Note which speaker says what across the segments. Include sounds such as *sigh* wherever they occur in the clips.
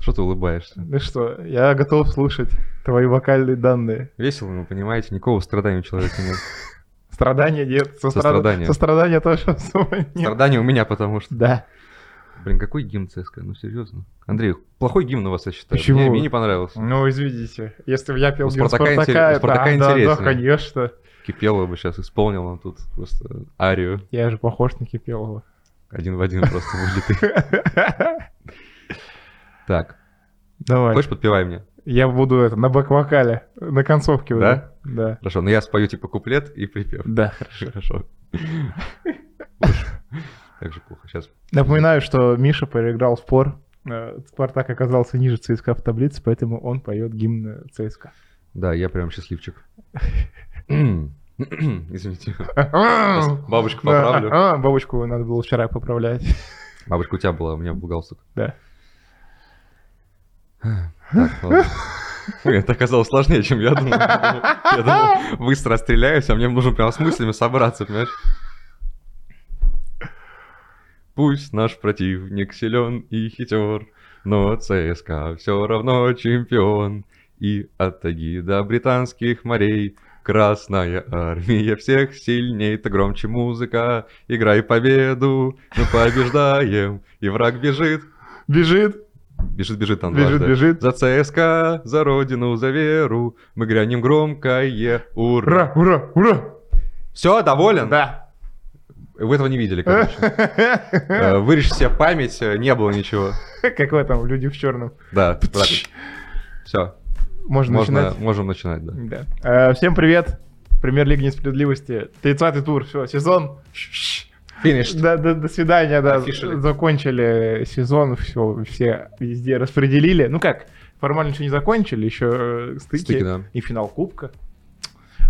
Speaker 1: Что ты улыбаешься?
Speaker 2: Ну что, я готов слушать твои вокальные данные.
Speaker 1: Весело, вы понимаете, никакого страдания у человека нет.
Speaker 2: Страдания нет. состра-
Speaker 1: Сострадания.
Speaker 2: Сострадания тоже особо нет.
Speaker 1: Страдания у меня, потому что...
Speaker 2: Да.
Speaker 1: Блин, какой гимн ЦСКА, ну серьезно. Андрей, плохой гимн у вас, я считаю.
Speaker 2: Почему?
Speaker 1: Мне, мне не понравился.
Speaker 2: Ну, извините, если бы я пел
Speaker 1: У
Speaker 2: гимн
Speaker 1: «Спартака» интерес- у
Speaker 2: «Спартака»,
Speaker 1: «Спартака»
Speaker 2: да, да, да,
Speaker 1: интереснее.
Speaker 2: конечно.
Speaker 1: Кипелова бы сейчас исполнил он тут просто арию.
Speaker 2: Я же похож
Speaker 1: *laughs*
Speaker 2: на Кипелова.
Speaker 1: Один в один просто
Speaker 2: *laughs*
Speaker 1: вылитый. Так,
Speaker 2: Давай.
Speaker 1: хочешь подпевай мне?
Speaker 2: Я буду это на бэк-вокале, на концовке. вот
Speaker 1: Да?
Speaker 2: это. Да.
Speaker 1: Хорошо, ну я спою типа куплет и
Speaker 2: *laughs*
Speaker 1: припев.
Speaker 2: Да,
Speaker 1: Хорошо. *laughs* Уж, Как же плохо. Сейчас.
Speaker 2: Напоминаю, что Миша проиграл спор. Э, Спартак оказался ниже ЦСКА в таблице, поэтому он поет гимн э, ЦСКА.
Speaker 1: Да, я прям счастливчик.
Speaker 2: *laughs*
Speaker 1: *clears throat* Извините. Сейчас Бабушку поправлю.
Speaker 2: А, а, Бабочку надо было вчера поправлять.
Speaker 1: Бабушка у тебя была, у меня был галстук.
Speaker 2: Да.
Speaker 1: Так, ладно. Ой, Это оказалось сложнее, чем я думал. Я думал, я думал, быстро отстреляюсь, а мне нужно прям с мыслями собраться, понимаешь? Пусть наш противник силен и хитер, но ЦСКА все равно чемпион. И от Таги до британских морей Красная армия всех сильней, это громче музыка, играй победу, мы побеждаем, и враг бежит,
Speaker 2: Бежит.
Speaker 1: бежит, бежит там
Speaker 2: Бежит,
Speaker 1: дважды.
Speaker 2: бежит.
Speaker 1: За ЦСКА, за родину, за веру, мы грянем громкое ура.
Speaker 2: Ура, ура, ура.
Speaker 1: Все, доволен?
Speaker 2: Да.
Speaker 1: Вы этого не видели, короче.
Speaker 2: *laughs*
Speaker 1: Э, Вырежь себе память, э, не было ничего.
Speaker 2: Какой там люди в черном.
Speaker 1: Да, Все,
Speaker 2: Можно начинать.
Speaker 1: можно, можем начинать, да.
Speaker 2: Да. Э, Всем привет. Премьер-лига несправедливости. 30-й тур. Все, сезон.
Speaker 1: Финиш.
Speaker 2: Да, да, до свидания, да.
Speaker 1: Officially.
Speaker 2: Закончили сезон, все, все везде распределили. Ну как, формально еще не закончили, еще э, стыки,
Speaker 1: Стыки, да.
Speaker 2: и финал Кубка.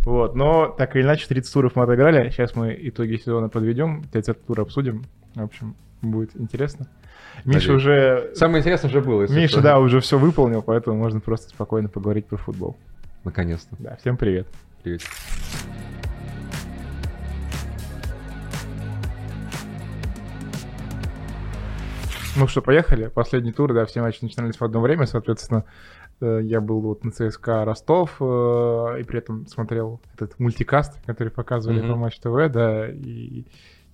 Speaker 2: Вот, но так или иначе 30 туров мы отыграли. Сейчас мы итоги сезона подведем, 30 тур обсудим. В общем, будет интересно.
Speaker 1: Надеюсь.
Speaker 2: Миша уже...
Speaker 1: Самое интересное уже было. если
Speaker 2: Миша,
Speaker 1: что.
Speaker 2: да, уже все выполнил, поэтому можно просто спокойно поговорить про футбол.
Speaker 1: Наконец-то.
Speaker 2: Да, всем привет.
Speaker 1: Привет.
Speaker 2: Ну что, поехали. Последний тур, да, все матчи начинались в одно время, соответственно, э, я был вот на ЦСКА Ростов, э, и при этом смотрел этот мультикаст, который показывали
Speaker 1: Мгм.
Speaker 2: по Матч ТВ, да, и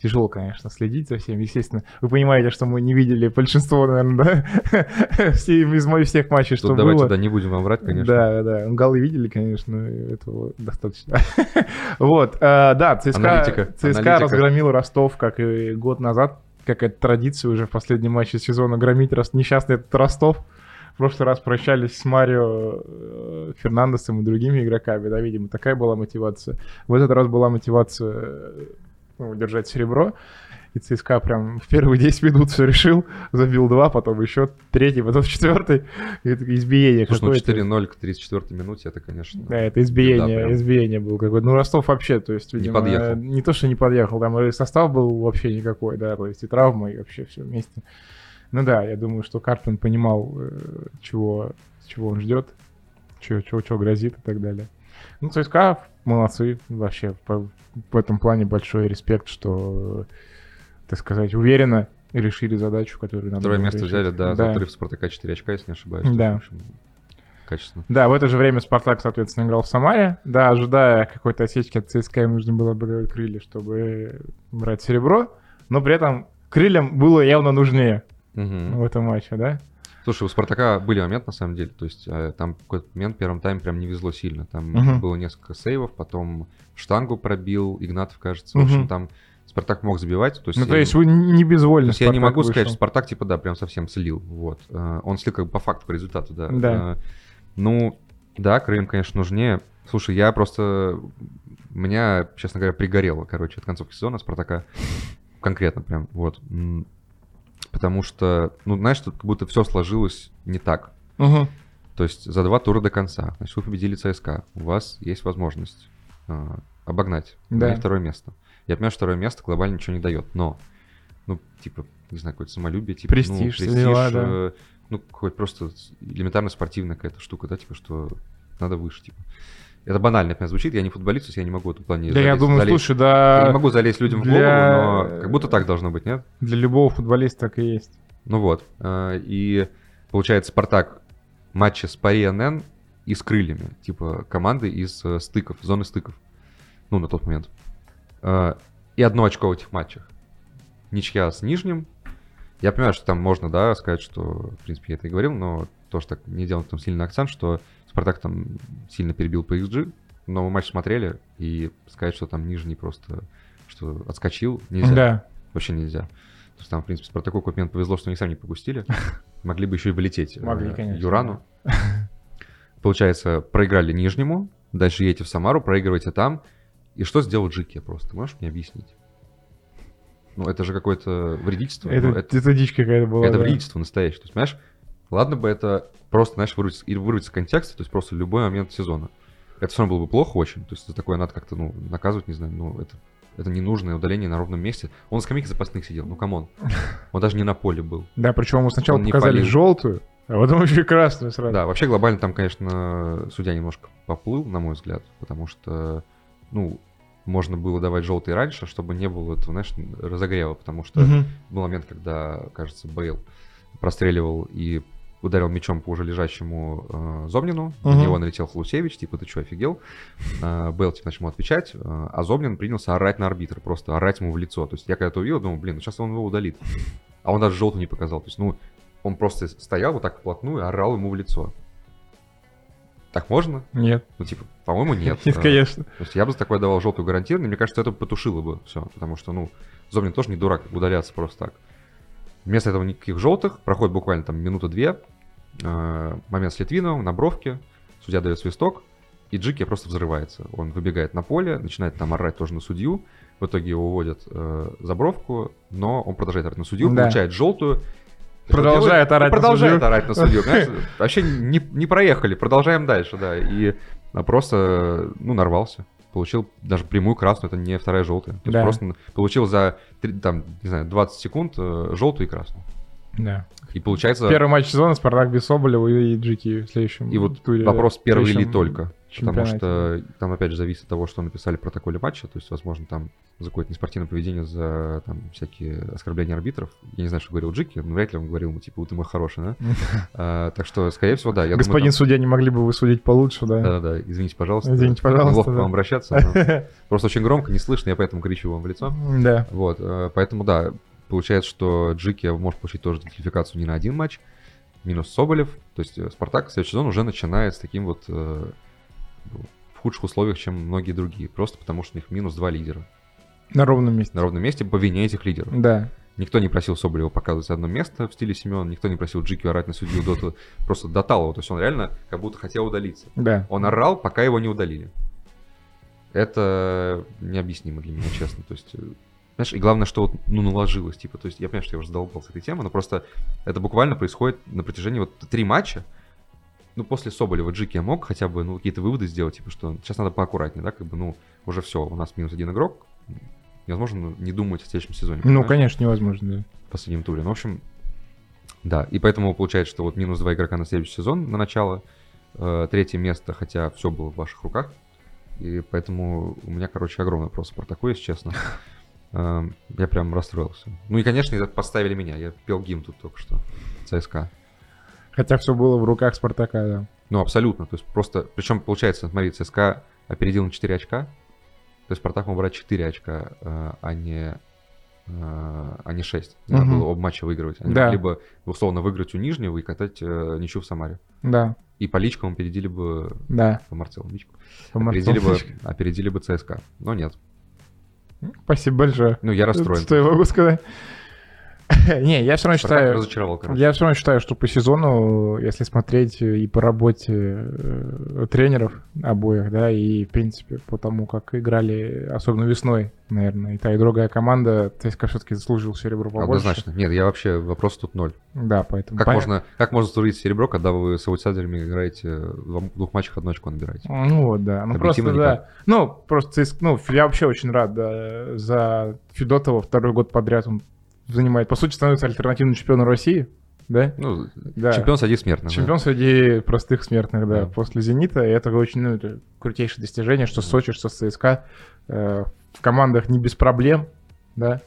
Speaker 2: тяжело, конечно, следить за всем, естественно. Вы понимаете, что мы не видели большинство, наверное, да, *laughs* все, из моих всех матчей, что
Speaker 1: Тут давайте,
Speaker 2: было.
Speaker 1: да, не будем вам врать, конечно.
Speaker 2: Да, да, да. Ну, Голы видели, конечно, и этого достаточно. *laughs* Вот, э, да, ЦСКА,
Speaker 1: Аналитика,
Speaker 2: ЦСКА
Speaker 1: аналитика.
Speaker 2: разгромил Ростов, как и год назад, как это традиция уже в последнем матче сезона громить Рос- несчастный этот Ростов. В прошлый раз прощались с Марио э, Фернандесом и другими игроками, да, видимо, такая была мотивация. В этот раз была мотивация э, ну, держать серебро. И ЦСКА прям в первые 10 минут все решил. Забил два, потом еще третий, потом *laughs* четвертый. И это избиение
Speaker 1: Слушай, ну
Speaker 2: какое-то.
Speaker 1: 4-0 к 34-й минуте, это, конечно...
Speaker 2: Да, это избиение,
Speaker 1: Да, прям.
Speaker 2: избиение было какое-то. Ну, Ростов вообще, то есть,
Speaker 1: Не
Speaker 2: видимо, не,
Speaker 1: подъехал.
Speaker 2: то, что не подъехал, там и состав был вообще никакой, да, то есть и травмы, и вообще все вместе. Ну да, я думаю, что Карпин понимал, э, чего, чего он ждет, чего, чего, чего грозит и так далее. Ну, ЦСКА молодцы вообще. По- в этом плане большой респект, что, э, так сказать, уверенно решили задачу, которую надо
Speaker 1: Второе
Speaker 2: было
Speaker 1: место
Speaker 2: решить.
Speaker 1: взяли, да,
Speaker 2: да.
Speaker 1: да. отрыв Спартака 4 очка, если не ошибаюсь. То есть,
Speaker 2: Да.
Speaker 1: в общем, качественно.
Speaker 2: Да, в это же время Спартак, соответственно, играл в Самаре. Да, ожидая какой-то осечки от ЦСКА, им нужно было бы крылья, чтобы э, брать серебро. Но при этом крыльям было явно нужнее
Speaker 1: Мгм.
Speaker 2: в этом матче, да?
Speaker 1: Слушай, у Спартака были моменты, на самом деле, то есть э, там в какой-то момент в первом тайме прям не везло сильно. Там
Speaker 2: Мгм.
Speaker 1: было несколько сейвов, потом в штангу пробил Игнатов, кажется. В
Speaker 2: Мгм.
Speaker 1: общем, там Спартак мог забивать. То есть,
Speaker 2: Ну, то
Speaker 1: я-
Speaker 2: есть вы не
Speaker 1: то
Speaker 2: безвольно
Speaker 1: есть я не
Speaker 2: Спартак
Speaker 1: могу сказать,
Speaker 2: вышел.
Speaker 1: что Спартак, типа, да, прям совсем слил. Вот. Э, Он слил как бы по факту, по результату, да.
Speaker 2: Да.
Speaker 1: Э, Ну, да, крыльям, конечно, нужнее. Слушай, я просто... Меня, честно говоря, пригорело, короче, от концовки сезона Спартака. Конкретно прям, вот. М, Потому что, ну, знаешь, тут как будто все сложилось не так.
Speaker 2: Мгм.
Speaker 1: То есть за два тура до конца. Значит, вы победили ЦСКА. У вас есть возможность э, обогнать.
Speaker 2: Да.
Speaker 1: Да. второе место. Я понимаю, что второе место глобально ничего не дает, но, ну, типа, не знаю, какое-то самолюбие, типа, ну,
Speaker 2: Престиж, все дела, да.
Speaker 1: э, ну, какой-то просто элементарно спортивная какая-то штука, да, типа, что надо выше, типа. Это банально, от меня звучит, я не футболист, то есть я не могу в этом плане
Speaker 2: Да, я
Speaker 1: залезть-
Speaker 2: думаю,
Speaker 1: залезть-
Speaker 2: слушай,
Speaker 1: я не
Speaker 2: да,
Speaker 1: могу залезть людям
Speaker 2: для-
Speaker 1: в голову, но как будто так должно быть, нет?
Speaker 2: для любого футболиста так и есть.
Speaker 1: Ну вот. Ну э, И получается, Спартак матча с Пари НН и с крыльями, типа команды из э, стыков, зоны стыков, ну, на тот момент. Э, И одно очко в этих матчах. Ничья с Нижним. Я понимаю, что там можно, да, сказать, что, в принципе, я это и говорил, но тоже так не делал там сильный акцент, что Спартак там сильно перебил по XG, но мы матч смотрели, и сказать, что там Нижний просто что отскочил, нельзя.
Speaker 2: Да.
Speaker 1: Вообще нельзя. Потому что там, в принципе, Спартаку Купмен повезло, что они сами не
Speaker 2: *laughs*
Speaker 1: попустили. Могли бы еще и вылететь э,
Speaker 2: Могли, конечно,
Speaker 1: Юрану. Получается, проиграли Нижнему, дальше едете в Самару, проигрываете там. И что сделал Джики просто? Можешь мне объяснить? Ну, это же какое-то вредительство.
Speaker 2: Это,
Speaker 1: ну, это-
Speaker 2: это дичь какая-то была.
Speaker 1: это
Speaker 2: да.
Speaker 1: вредительство настоящее. То есть, понимаешь, ладно бы это просто, знаешь, вырвать, и вырвать из контекста, то есть просто любой момент сезона. Это все равно было бы плохо очень. То есть за такое надо как-то, ну, наказывать, не знаю, ну, это, это ненужное удаление на ровном месте. Он на скамейке запасных сидел, ну, камон. Он даже не на поле был.
Speaker 2: Да, причем ему сначала
Speaker 1: Он не
Speaker 2: показали
Speaker 1: полил.
Speaker 2: желтую, а потом *laughs* еще и красную сразу.
Speaker 1: Да, вообще глобально там, конечно, судья немножко поплыл, на мой взгляд, потому что, ну, можно было давать желтый раньше, чтобы не было этого, знаешь, разогрева, потому что
Speaker 2: Мгм.
Speaker 1: был момент, когда, кажется, Бейл простреливал и ударил мячом по уже лежащему э, Зомнину.
Speaker 2: Мгм.
Speaker 1: На него налетел Хлусевич, типа, ты что, офигел? Э, Бейл, типа, начал ему отвечать, э, а Зомнин принялся орать на арбитра, просто орать ему в лицо. То есть я когда это увидел, думал, блин, ну сейчас он его удалит. А он даже желтый не показал. То есть, ну, он просто стоял вот так вплотную и орал ему в лицо. Так можно?
Speaker 2: Нет.
Speaker 1: Ну, типа, по-моему, нет.
Speaker 2: Нет,
Speaker 1: Э,
Speaker 2: конечно.
Speaker 1: то есть я бы за такое давал желтую гарантированно, и мне кажется, это потушило бы все, потому что, ну, Зомнин тоже не дурак удаляться просто так. Вместо этого никаких желтых, проходит буквально там минута-две, э, момент с Литвиновым на бровке, судья дает свисток, и Джики просто взрывается. Он выбегает на поле, начинает там орать тоже на судью, в итоге его уводят э, за бровку, но он продолжает орать на судью,
Speaker 2: Да.
Speaker 1: получает желтую.
Speaker 2: Продолжает
Speaker 1: И
Speaker 2: орать на
Speaker 1: Продолжает
Speaker 2: судью.
Speaker 1: орать на судью. понимаешь? Вообще не, не проехали, продолжаем дальше, да. И а, просто, ну, нарвался. Получил даже прямую красную, это не вторая а желтая. То есть
Speaker 2: Да.
Speaker 1: просто получил за, три- там, не знаю, 20 секунд э, желтую и красную.
Speaker 2: Да.
Speaker 1: И получается,
Speaker 2: Первый матч сезона Спартак без Соболева и Джики в следующем
Speaker 1: и вот
Speaker 2: туре.
Speaker 1: вопрос
Speaker 2: в
Speaker 1: первый или
Speaker 2: следующем
Speaker 1: только. Потому
Speaker 2: э, чемпионате.
Speaker 1: что там, опять же, зависит от того, что написали в протоколе матча. То есть, возможно, там за какое-то неспортивное поведение, за там, всякие оскорбления арбитров. Я не знаю, что говорил Джики, но вряд ли он говорил ему, типа, «У, ты мой хороший,
Speaker 2: *laughs*
Speaker 1: да? А, Так что, скорее всего, да. я думаю,
Speaker 2: Господин
Speaker 1: там-
Speaker 2: судья, не могли бы вы судить получше, да?
Speaker 1: Да-да-да, извините, пожалуйста.
Speaker 2: Извините, пожалуйста,
Speaker 1: Неловко к
Speaker 2: да.
Speaker 1: вам обращаться. но Просто очень громко, не слышно, я поэтому кричу вам в лицо.
Speaker 2: *laughs* Да.
Speaker 1: Вот, э, поэтому, да, получается, что Джики может получить тоже дисквалификацию не на один матч, минус Соболев. То есть э, Спартак следующий сезон уже начинает с таким вот э, в худших условиях, чем многие другие. Просто потому, что у них минус два лидера.
Speaker 2: На ровном месте.
Speaker 1: На ровном месте по вине этих лидеров.
Speaker 2: Да.
Speaker 1: Никто не просил Соболева показывать одно место в стиле Семен, никто не просил Джики орать на судью Доту, просто дотал его. То есть он реально как будто хотел удалиться.
Speaker 2: Да.
Speaker 1: Он орал, пока его не удалили. Это необъяснимо для меня, честно. То есть, э, знаешь, и главное, что вот, ну, наложилось, типа, то есть, я понимаю, что я уже задолбал с этой темы, но просто это буквально происходит на протяжении вот три матча. Ну, после Соболева Джики я мог хотя бы, ну, какие-то выводы сделать, типа, что сейчас надо поаккуратнее, да, как бы, ну, уже все, у нас минус один игрок, невозможно ну, не думать о следующем сезоне.
Speaker 2: Ну,
Speaker 1: понимаешь?
Speaker 2: конечно, невозможно.
Speaker 1: в последнем туре. Ну, в общем, да, и поэтому получается, что вот минус два игрока на следующий сезон, на начало, Э, третье место, хотя все было в ваших руках, и поэтому у меня, короче, огромный вопрос про такое, если честно. Эм, Я прям расстроился. Ну и, конечно, это подставили меня, я пел гимн тут только что, ЦСКА.
Speaker 2: да. Хотя все было в руках Спартака, да.
Speaker 1: Ну, абсолютно, то есть просто, причем получается, смотри, ЦСКА опередил на 4 очка, то есть Спартак мог брать 4 очка, э, а не э, а не 6. Надо
Speaker 2: Мгм.
Speaker 1: было оба матча выигрывать. Они
Speaker 2: Да.
Speaker 1: могли бы, условно, выиграть у Нижнего и катать э, ничью в Самаре.
Speaker 2: Да,
Speaker 1: И по личкам опередили бы...
Speaker 2: да.
Speaker 1: По Марцелу личкам.
Speaker 2: По Марселу.
Speaker 1: Опередили бы, опередили бы ЦСКА. Но нет.
Speaker 2: *laughs* Спасибо большое.
Speaker 1: Ну, я расстроен.
Speaker 2: Что я могу сказать? *laughs* Не, я все равно
Speaker 1: Спартак
Speaker 2: считаю...
Speaker 1: разочаровал, короче.
Speaker 2: Я все равно считаю, что по сезону, если смотреть и по работе э, тренеров обоих, да, и, в принципе, по тому, как играли, особенно весной, наверное, и та, и другая команда, ЦСКА все-таки заслужил серебро побольше.
Speaker 1: Однозначно. Нет, я вообще... Вопрос тут ноль.
Speaker 2: Да, поэтому...
Speaker 1: Как
Speaker 2: пон-
Speaker 1: можно, как можно служить серебро, когда вы с аутсайдерами играете, э, в двом- двух матчах одно очко набираете?
Speaker 2: Ну вот, да. Ну просто,
Speaker 1: Объективно никак.
Speaker 2: да. Ну, просто ЦСКА, ну, я вообще очень рад да, за Федотова. Второй год подряд он занимает, по сути, становится альтернативным чемпионом России, да?
Speaker 1: Ну,
Speaker 2: Да.
Speaker 1: чемпион среди смертных. да.
Speaker 2: Чемпион среди простых смертных, да,
Speaker 1: Да.
Speaker 2: после «Зенита». И это очень, ну, это крутейшее достижение, что Сочи, что ЦСКА э, в командах не без проблем, да,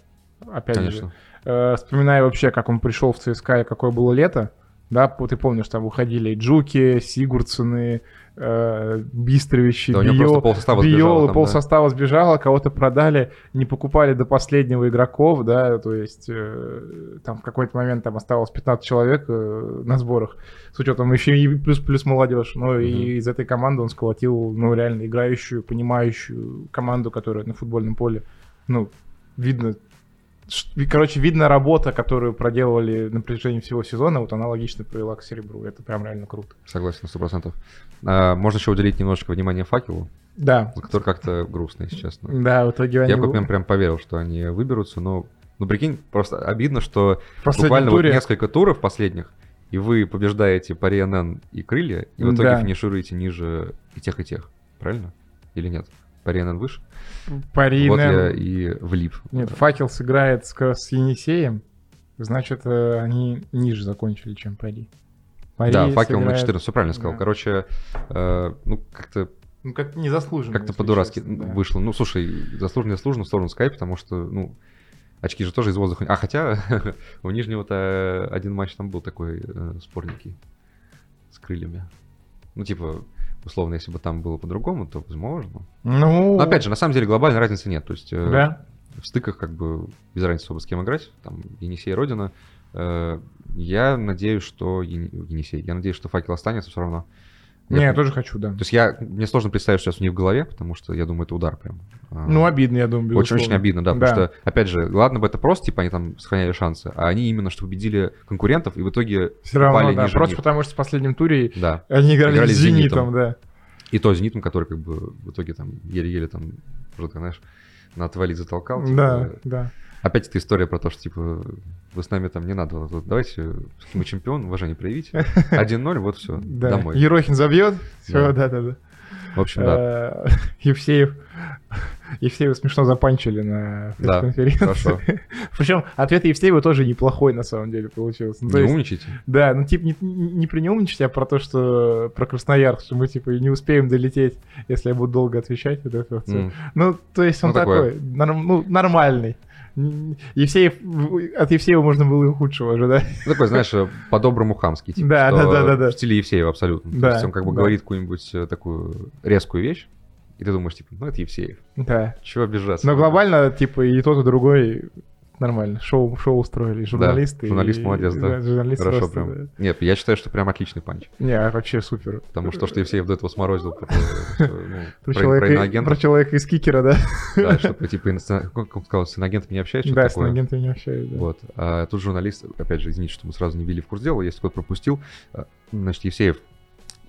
Speaker 2: опять же.
Speaker 1: Конечно.
Speaker 2: Э, вспоминаю вообще, как он пришел в ЦСКА и какое было лето, Да, по- ты помнишь, там уходили Джуки, Сигурдсоны, э, Бистровичи,
Speaker 1: Да, у него
Speaker 2: Био.
Speaker 1: просто полсостава сбежало
Speaker 2: Биолы,
Speaker 1: там,
Speaker 2: пол
Speaker 1: да.
Speaker 2: состава сбежало, кого-то продали, не покупали до последнего игроков, да, то есть э, там в какой-то момент там оставалось 15 человек э, на сборах, с учетом еще и плюс-плюс молодежь, но и
Speaker 1: Мгм.
Speaker 2: из этой команды он сколотил, ну, реально играющую, понимающую команду, которая на футбольном поле, ну, видно, ш- и, короче, видно работа, которую проделывали на протяжении всего сезона, вот она логично привела к серебру, это прям реально круто.
Speaker 1: Согласен, сто процентов. А, можно еще уделить немножко внимания факелу,
Speaker 2: Да,
Speaker 1: который как-то грустно, если честно.
Speaker 2: да, в итоге они
Speaker 1: Я в какой
Speaker 2: в
Speaker 1: момент прям поверил, что они выберутся, но... Ну, прикинь, просто обидно, что
Speaker 2: последнем
Speaker 1: буквально вот
Speaker 2: туре-
Speaker 1: несколько туров последних, и вы побеждаете Пари НН и Крылья, и в итоге
Speaker 2: Да.
Speaker 1: финишируете ниже и тех, и тех. Правильно? Или нет? Пари НН выше?
Speaker 2: Пари
Speaker 1: вот
Speaker 2: Нэн-
Speaker 1: я и влип.
Speaker 2: Нет, факел сыграет с, Кра- с Енисеем, значит, э, они ниже закончили, чем Пари. Пари
Speaker 1: да, факел на
Speaker 2: сыграет,
Speaker 1: 14, все правильно сказал.
Speaker 2: Да.
Speaker 1: Короче, э, ну, как-то
Speaker 2: Ну, как незаслуженно.
Speaker 1: Как-то
Speaker 2: если
Speaker 1: по-дурацки
Speaker 2: честно, да.
Speaker 1: вышло. Ну, слушай, заслуженно заслуженно в сторону Sky, потому что, ну, очки же тоже из воздуха. А хотя *laughs* у Нижнего-то один матч там был такой э, спорненький с крыльями. Ну, типа, условно, если бы там было по-другому, то возможно.
Speaker 2: Ну,
Speaker 1: Но опять же, на самом деле глобальной разницы нет. То есть э,
Speaker 2: Да,
Speaker 1: в стыках как бы без разницы особо с кем играть. Там Енисей Родина. Э, я надеюсь, что... Ени- Енисей. Я надеюсь, что факел останется все равно. Я
Speaker 2: не, я тоже хочу, да.
Speaker 1: то есть я, мне сложно представить сейчас у них в голове, потому что я думаю, это удар прям. А,
Speaker 2: Ну, обидно, я думаю,
Speaker 1: очень, очень
Speaker 2: безусловно.
Speaker 1: обидно, да,
Speaker 2: Да.
Speaker 1: потому что, опять же, ладно бы это просто, типа, они там сохраняли шансы, а они именно что победили конкурентов, и в итоге,
Speaker 2: Все равно,
Speaker 1: упали
Speaker 2: да,
Speaker 1: ниже
Speaker 2: просто
Speaker 1: них.
Speaker 2: потому что в последнем туре
Speaker 1: да,
Speaker 2: они играли,
Speaker 1: Играли
Speaker 2: с
Speaker 1: с
Speaker 2: Зенитом,
Speaker 1: «Зенитом».
Speaker 2: да.
Speaker 1: и то Зенитом, который как бы в итоге там еле-еле там, уже, так, знаешь, на отвали затолкал. типа.
Speaker 2: Да, да.
Speaker 1: Опять эта история про то, что, типа, вы с нами там не надо, вот, давайте, мы чемпион, уважение проявите.
Speaker 2: *laughs*
Speaker 1: 1-0, вот все,
Speaker 2: да.
Speaker 1: домой.
Speaker 2: Ерохин забьет, все,
Speaker 1: Да.
Speaker 2: да, да, да.
Speaker 1: В общем, да,
Speaker 2: Э, *laughs* Евсеев. Евсеева смешно запанчили на
Speaker 1: Да,
Speaker 2: пресс-конференции. *laughs*
Speaker 1: хорошо.
Speaker 2: Причем ответ Евсеева тоже неплохой на самом деле получился. Ну, то
Speaker 1: не
Speaker 2: есть,
Speaker 1: умничайте.
Speaker 2: да, ну типа не, не принюмничать, а про то, что про Красноярск, что мы типа не успеем долететь, если я буду долго отвечать. вот это вот всё.
Speaker 1: М,
Speaker 2: Ну, то есть он
Speaker 1: Ну,
Speaker 2: такой,
Speaker 1: такое.
Speaker 2: норм- ну, нормальный. Н- Евсеев, от Евсеева можно было и худшего ожидать. *laughs*
Speaker 1: Такой, знаешь, э, по-доброму хамский. Типа,
Speaker 2: Да,
Speaker 1: что
Speaker 2: да, да, да, да.
Speaker 1: В стиле Евсеева абсолютно.
Speaker 2: Да,
Speaker 1: То есть он как бы
Speaker 2: да.
Speaker 1: говорит какую-нибудь э, такую резкую вещь, и ты думаешь, типа, ну это Евсеев.
Speaker 2: Да.
Speaker 1: Чего обижаться?
Speaker 2: Но глобально, типа, и тот, и другой нормально. Шоу, шоу устроили, и журналисты.
Speaker 1: журналист
Speaker 2: и-
Speaker 1: молодец, да.
Speaker 2: журналист
Speaker 1: Хорошо
Speaker 2: просто,
Speaker 1: прям.
Speaker 2: да.
Speaker 1: Нет, я считаю, что прям отличный панч.
Speaker 2: Не, вообще супер.
Speaker 1: Потому что то, что Евсеев до этого сморозил про,
Speaker 2: *laughs*
Speaker 1: э, ну,
Speaker 2: Про,
Speaker 1: про-
Speaker 2: человека,
Speaker 1: про
Speaker 2: про
Speaker 1: иноагентов,
Speaker 2: *laughs* человека из кикера, да?
Speaker 1: да, что ты, типа, иностран- как он сказал, с иноагентами не общаешься, что
Speaker 2: Да, с
Speaker 1: такое.
Speaker 2: агентами не общаюсь, да.
Speaker 1: Вот. А тут журналист, опять же, извините, что мы сразу не ввели в курс дела, если кто-то пропустил. э, Значит, Евсеев